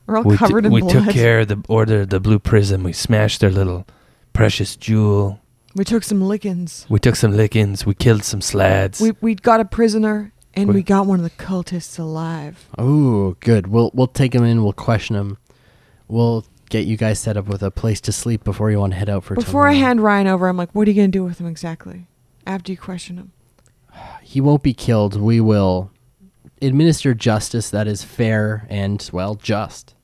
Speaker 4: We're all
Speaker 6: we t-
Speaker 4: covered in
Speaker 6: we
Speaker 4: blood.
Speaker 6: took care of the order of the blue prism. We smashed their little precious jewel.
Speaker 4: we took some lickings.
Speaker 6: We took some lickings. We killed some slads.
Speaker 4: We we got a prisoner and
Speaker 6: We-
Speaker 4: we got one of the cultists alive.
Speaker 3: Oh, good. We'll we'll take him in. We'll question him. We'll get you guys set up with a place to sleep before you want to head out for.
Speaker 4: Before I
Speaker 3: tomorrow.
Speaker 4: hand Ryan over, I'm like, what are you gonna do with him exactly? After you question him.
Speaker 3: he won't be killed. We will administer justice that is fair and well just.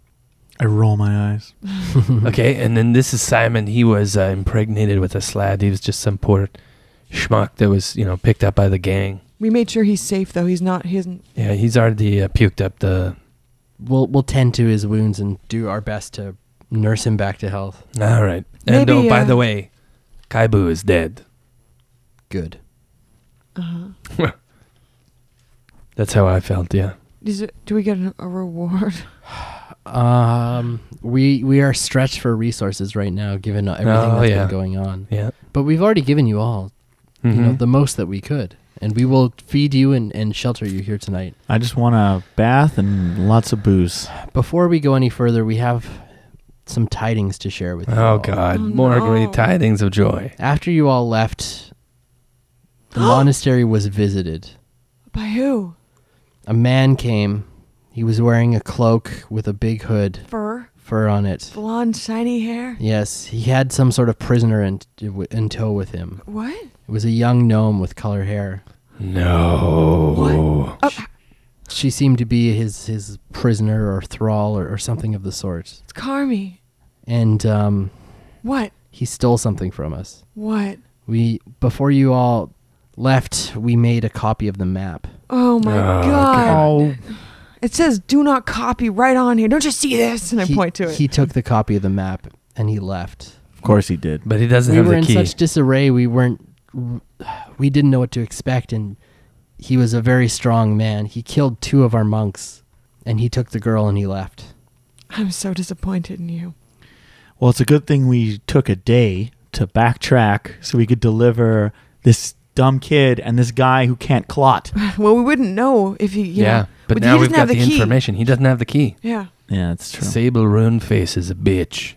Speaker 2: I roll my eyes.
Speaker 3: Mm-hmm.
Speaker 6: okay, and then this is Simon. He was uh, impregnated with a slad. He was just some poor schmuck that was, you know, picked up by the gang.
Speaker 4: We made sure he's safe though. He's not he isn't
Speaker 6: Yeah, he's already uh, puked up the.
Speaker 3: We'll we'll tend to his wounds and do our best to nurse him back to health.
Speaker 6: All right. And oh,
Speaker 4: Maybe,
Speaker 6: by
Speaker 4: uh,
Speaker 6: the way, Kaibu is dead.
Speaker 3: Good.
Speaker 4: uh
Speaker 6: That's how I felt. Yeah.
Speaker 4: is it, do we get a, a reward?
Speaker 3: Um, we we are stretched for resources right now, given everything
Speaker 6: Oh,
Speaker 3: that's
Speaker 6: yeah.
Speaker 3: been going on.
Speaker 6: Yeah.
Speaker 3: But we've already given you all, you
Speaker 6: Mm-hmm.
Speaker 3: know, the most that we could, and we will feed you and, and shelter you here tonight.
Speaker 2: I just want a bath and lots of booze.
Speaker 3: Before we go any further, we have some tidings to share with you.
Speaker 6: oh
Speaker 3: all.
Speaker 6: God!
Speaker 4: Oh,
Speaker 6: More
Speaker 4: no.
Speaker 6: great tidings of joy.
Speaker 3: After you all left, the monastery was visited.
Speaker 4: By who?
Speaker 3: A man came. He was wearing a cloak with a big hood,
Speaker 4: Fur?
Speaker 3: fur on it.
Speaker 4: Blonde shiny hair?
Speaker 3: Yes, he had some sort of prisoner in, in tow with him.
Speaker 4: What?
Speaker 3: It was a young gnome with color hair.
Speaker 6: No.
Speaker 4: Oh,
Speaker 3: She seemed to be his his prisoner or thrall or, or something of the sort.
Speaker 4: It's Carmi.
Speaker 3: And um,
Speaker 4: What?
Speaker 3: he stole something from us.
Speaker 4: What?
Speaker 3: We before you all left, we made a copy of the map.
Speaker 4: Oh my
Speaker 6: Oh,
Speaker 4: god.
Speaker 2: Oh,
Speaker 4: It says do not copy right on here. Don't you see this? And I
Speaker 3: he,
Speaker 4: point to it.
Speaker 3: He took the copy of the map and he left.
Speaker 2: of course he did.
Speaker 6: But he doesn't
Speaker 3: we
Speaker 6: have
Speaker 3: were
Speaker 6: the
Speaker 3: in
Speaker 6: key.
Speaker 3: such disarray. We weren't. We didn't know what to expect, and he was a very strong man. He killed two of our monks, and he took the girl and he left.
Speaker 4: I'm so disappointed in you.
Speaker 2: Well, it's a good thing we took a day to backtrack so we could deliver this dumb kid and this guy who can't clot.
Speaker 4: Well, we wouldn't know if he, you
Speaker 6: yeah.
Speaker 4: know,
Speaker 6: But
Speaker 4: he
Speaker 6: now
Speaker 4: doesn't
Speaker 6: we've got
Speaker 4: have
Speaker 6: the,
Speaker 4: key.
Speaker 6: information. He doesn't have the key.
Speaker 4: Yeah,
Speaker 2: Yeah, that's true.
Speaker 6: Sable ruined face is a bitch.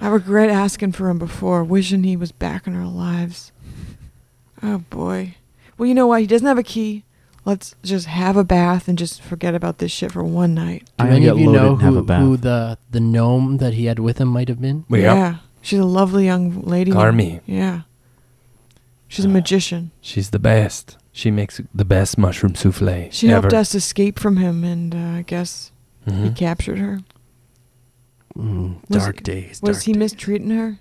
Speaker 4: I regret asking for him before, wishing he was back in our lives. Oh boy. Well, you know what? He doesn't have a key. Let's just have a bath and just forget about this shit for one night.
Speaker 2: I'm
Speaker 3: Do
Speaker 2: gonna
Speaker 3: any
Speaker 2: get
Speaker 3: of you
Speaker 2: loaded
Speaker 3: know
Speaker 2: and have
Speaker 3: who,
Speaker 2: a bath.
Speaker 3: who the the gnome that he had with him might have been?
Speaker 6: We yeah.
Speaker 4: Yeah, she's a lovely young lady.
Speaker 6: Carmi. Uh,
Speaker 4: Yeah, she's a magician.
Speaker 6: She's the best. She makes the best mushroom souffle
Speaker 4: She
Speaker 6: ever.
Speaker 4: helped us escape from him, and uh, I guess he
Speaker 6: Mhm.
Speaker 4: captured her.
Speaker 3: Mm,
Speaker 4: Was-
Speaker 3: dark days.
Speaker 4: Was
Speaker 3: dark
Speaker 4: he
Speaker 3: days.
Speaker 4: mistreating her?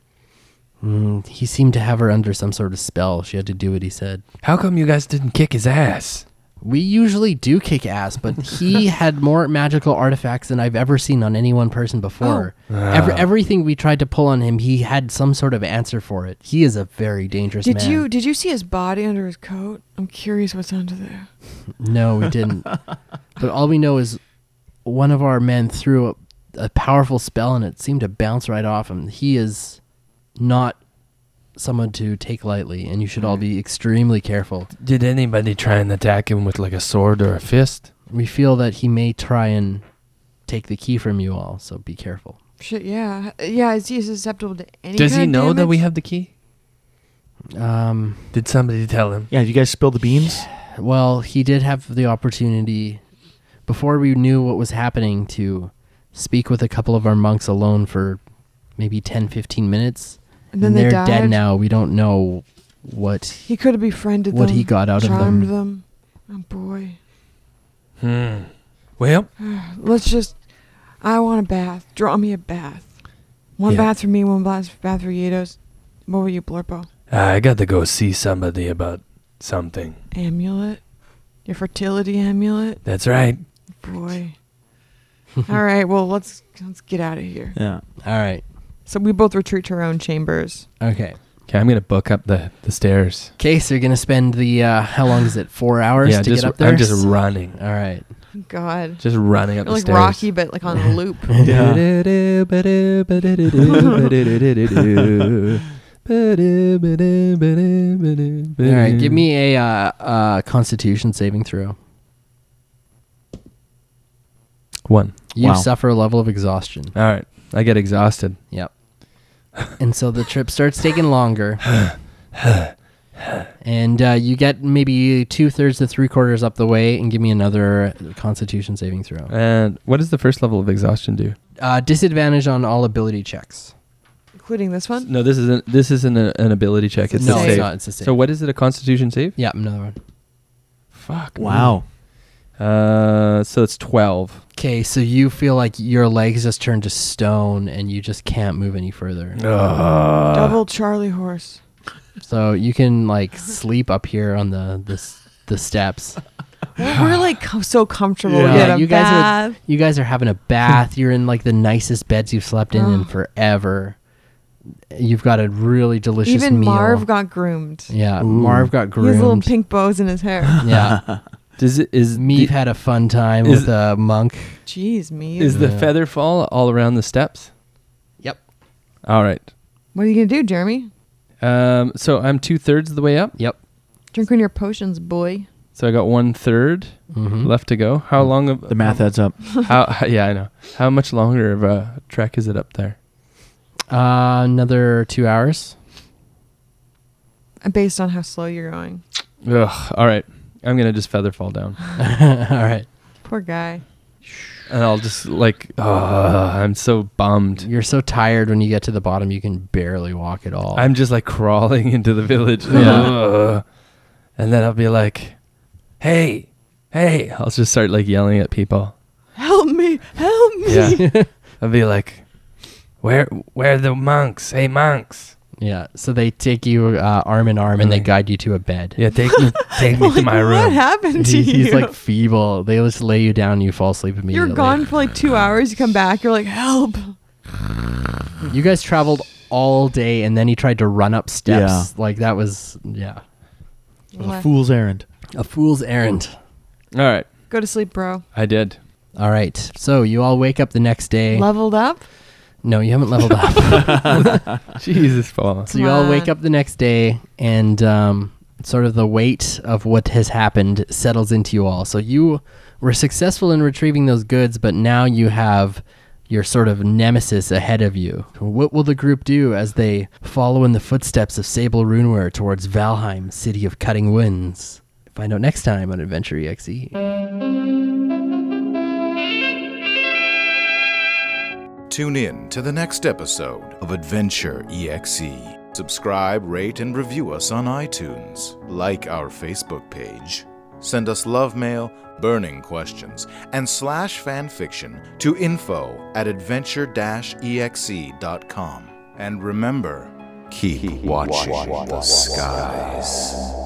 Speaker 3: Mm, he seemed to have her under some sort of spell. She had to do what he said.
Speaker 6: How come you guys didn't kick his ass?
Speaker 3: We usually do kick ass, but he had more magical artifacts than I've ever seen on any one person before.
Speaker 2: Oh.
Speaker 3: Every,
Speaker 6: Ah.
Speaker 3: everything we tried to pull on him, he had some sort of answer for it. He is a very dangerous
Speaker 4: Did
Speaker 3: man.
Speaker 4: you did you see his body under his coat? I'm curious what's under there.
Speaker 3: No, we didn't. but all we know is one of our men threw a, a powerful spell, and it seemed to bounce right off him. He is not someone to take lightly, and you should all be extremely careful.
Speaker 6: Did anybody try and attack him with like a sword or a fist?
Speaker 3: We feel that he may try and take the key from you all, so be careful.
Speaker 4: Shit, yeah, yeah. Is he susceptible to any?
Speaker 6: Does he
Speaker 4: kind of
Speaker 6: know that we
Speaker 4: damage?
Speaker 6: have the key?
Speaker 3: Um,
Speaker 6: Did somebody tell him?
Speaker 2: Yeah, you guys spilled the beans?
Speaker 3: Well, he did have the opportunity before we knew what was happening to speak with a couple of our monks alone for maybe 10 15 minutes.
Speaker 4: And then they
Speaker 3: are
Speaker 4: died.
Speaker 3: dead now. We don't know what
Speaker 4: He could have befriended
Speaker 3: what
Speaker 4: them.
Speaker 3: he got out of
Speaker 4: charmed
Speaker 3: them.
Speaker 4: Oh boy.
Speaker 6: Hmm. Well,
Speaker 4: Let's just. I want a bath. Draw me a bath. One
Speaker 6: Yeah.
Speaker 4: bath for me. One bath, bath for Yados. What were you, Blurpo?
Speaker 6: I got to go see somebody about something.
Speaker 4: Amulet. Your fertility amulet.
Speaker 6: That's right.
Speaker 4: Boy. All right. Well, let's let's get out of here.
Speaker 2: Yeah.
Speaker 3: All right.
Speaker 4: So we both retreat to our own chambers.
Speaker 3: Okay.
Speaker 12: Okay, I'm gonna book up the the stairs.
Speaker 3: Case, you're going to spend the uh how long is it? 4 hours
Speaker 12: yeah,
Speaker 3: to
Speaker 12: just
Speaker 3: get up there?
Speaker 12: I'm just running.
Speaker 3: All right.
Speaker 4: God.
Speaker 6: Just running up the
Speaker 4: like
Speaker 6: stairs.
Speaker 4: Rocky, but like on a loop.
Speaker 3: All right, give me a uh, uh, Constitution saving throw.
Speaker 6: one.
Speaker 3: You
Speaker 2: Wow.
Speaker 3: suffer a level of exhaustion.
Speaker 6: All right, I get exhausted.
Speaker 3: Yep. and so the trip starts taking longer. and uh, you get maybe two thirds to three quarters up the way, and give me another Constitution saving throw.
Speaker 6: And what does the first level of exhaustion do?
Speaker 3: Uh, disadvantage on all ability checks.
Speaker 4: including this one.
Speaker 6: No, this isn't. This isn't a, an ability check. It's
Speaker 3: no,
Speaker 6: a
Speaker 4: save.
Speaker 3: it's
Speaker 6: save.
Speaker 3: not. It's a save.
Speaker 6: So what is it? A Constitution save?
Speaker 3: yeah, another one.
Speaker 6: Fuck. me.
Speaker 2: Wow.
Speaker 6: Uh, so it's twelve.
Speaker 3: Okay, so you feel like your legs just turn to stone, and you just can't move any further.
Speaker 6: Uh,
Speaker 4: Double Charlie horse.
Speaker 3: So you can like sleep up here on the the, s- the steps.
Speaker 4: We're, we're, like co- so comfortable.
Speaker 3: Yeah. Yeah,
Speaker 4: We get a
Speaker 3: you guys are-
Speaker 4: bath.
Speaker 3: You guys are having a bath. You're in like the nicest beds you've slept in in
Speaker 4: Oh.
Speaker 3: forever. You've got a really delicious
Speaker 4: Even
Speaker 3: meal.
Speaker 4: Marv got groomed.
Speaker 3: yeah,
Speaker 2: Ooh.
Speaker 3: Marv got
Speaker 4: He has little
Speaker 3: groomed.
Speaker 4: pink bows in his hair.
Speaker 3: yeah,
Speaker 6: Does it is
Speaker 3: Meave
Speaker 6: the,
Speaker 3: had a fun time
Speaker 6: Is-
Speaker 3: with a monk.
Speaker 4: Jeez, me.
Speaker 6: is the
Speaker 3: Yeah.
Speaker 6: feather fall all around the steps?
Speaker 3: Yep.
Speaker 6: All right.
Speaker 4: what are you gonna do, Jeremy?
Speaker 6: Um, so I'm two thirds of the way up.
Speaker 3: Yep.
Speaker 4: Drink one of your potions, boy.
Speaker 6: So I got one third
Speaker 3: Mm-hmm.
Speaker 6: left to go. How long of
Speaker 2: Hmm? The math adds up.
Speaker 6: How, yeah, I know. How much longer of a trek is it up there?
Speaker 3: Uh, another two hours.
Speaker 4: Uh, Based on how slow you're going,
Speaker 6: Ugh. All right. I'm gonna just feather fall down,
Speaker 3: All right.
Speaker 4: poor guy.
Speaker 6: and I'll just like. Uh, I'm so bummed.
Speaker 3: You're so tired when you get to the bottom, you can barely walk at all.
Speaker 6: I'm just like crawling into the village. Ugh. and then I'll be like, "Hey, hey!" I'll just start like yelling at people.
Speaker 4: Help me! Help me!
Speaker 6: Yeah. I'll be like, "Where, where are the monks? Hey, monks!
Speaker 3: yeah. So they take you uh, arm in arm and they guide you to a bed.
Speaker 6: Yeah, take me, take me to
Speaker 4: Like,
Speaker 6: my
Speaker 4: What
Speaker 6: room."
Speaker 4: happened to
Speaker 3: He-
Speaker 4: you?
Speaker 3: he's like feeble. They just lay you down. You uh, fall asleep
Speaker 4: you're
Speaker 3: immediately.
Speaker 4: gone for like two hours. You come back. You're like, help!
Speaker 3: You guys traveled all day, and then he tried to run up steps.
Speaker 2: Yeah.
Speaker 3: Like that was yeah,
Speaker 2: A fool's errand.
Speaker 3: a fool's errand.
Speaker 6: All right,
Speaker 4: Go to sleep, bro.
Speaker 6: I did.
Speaker 3: All right. So you all wake up the next day.
Speaker 4: Leveled up.
Speaker 3: no, you haven't leveled up.
Speaker 6: Jesus, Paul.
Speaker 3: so you all wake
Speaker 4: on.
Speaker 3: up the next day, and um, sort of the weight of what has happened settles into you all. So you were successful in retrieving those goods, but now you have your sort of nemesis ahead of you. What will the group do as they follow in the footsteps of Sable Runeware towards Valheim, City of Cutting Winds? Find out next time on Adventure E EXE.
Speaker 1: Tune in to the next episode of Adventure EXE. Subscribe, rate, and review us on iTunes. Like our Facebook page. Send us love mail, burning questions, and slash fanfiction to info at E adventure exe.com. And remember, keep watching the skies.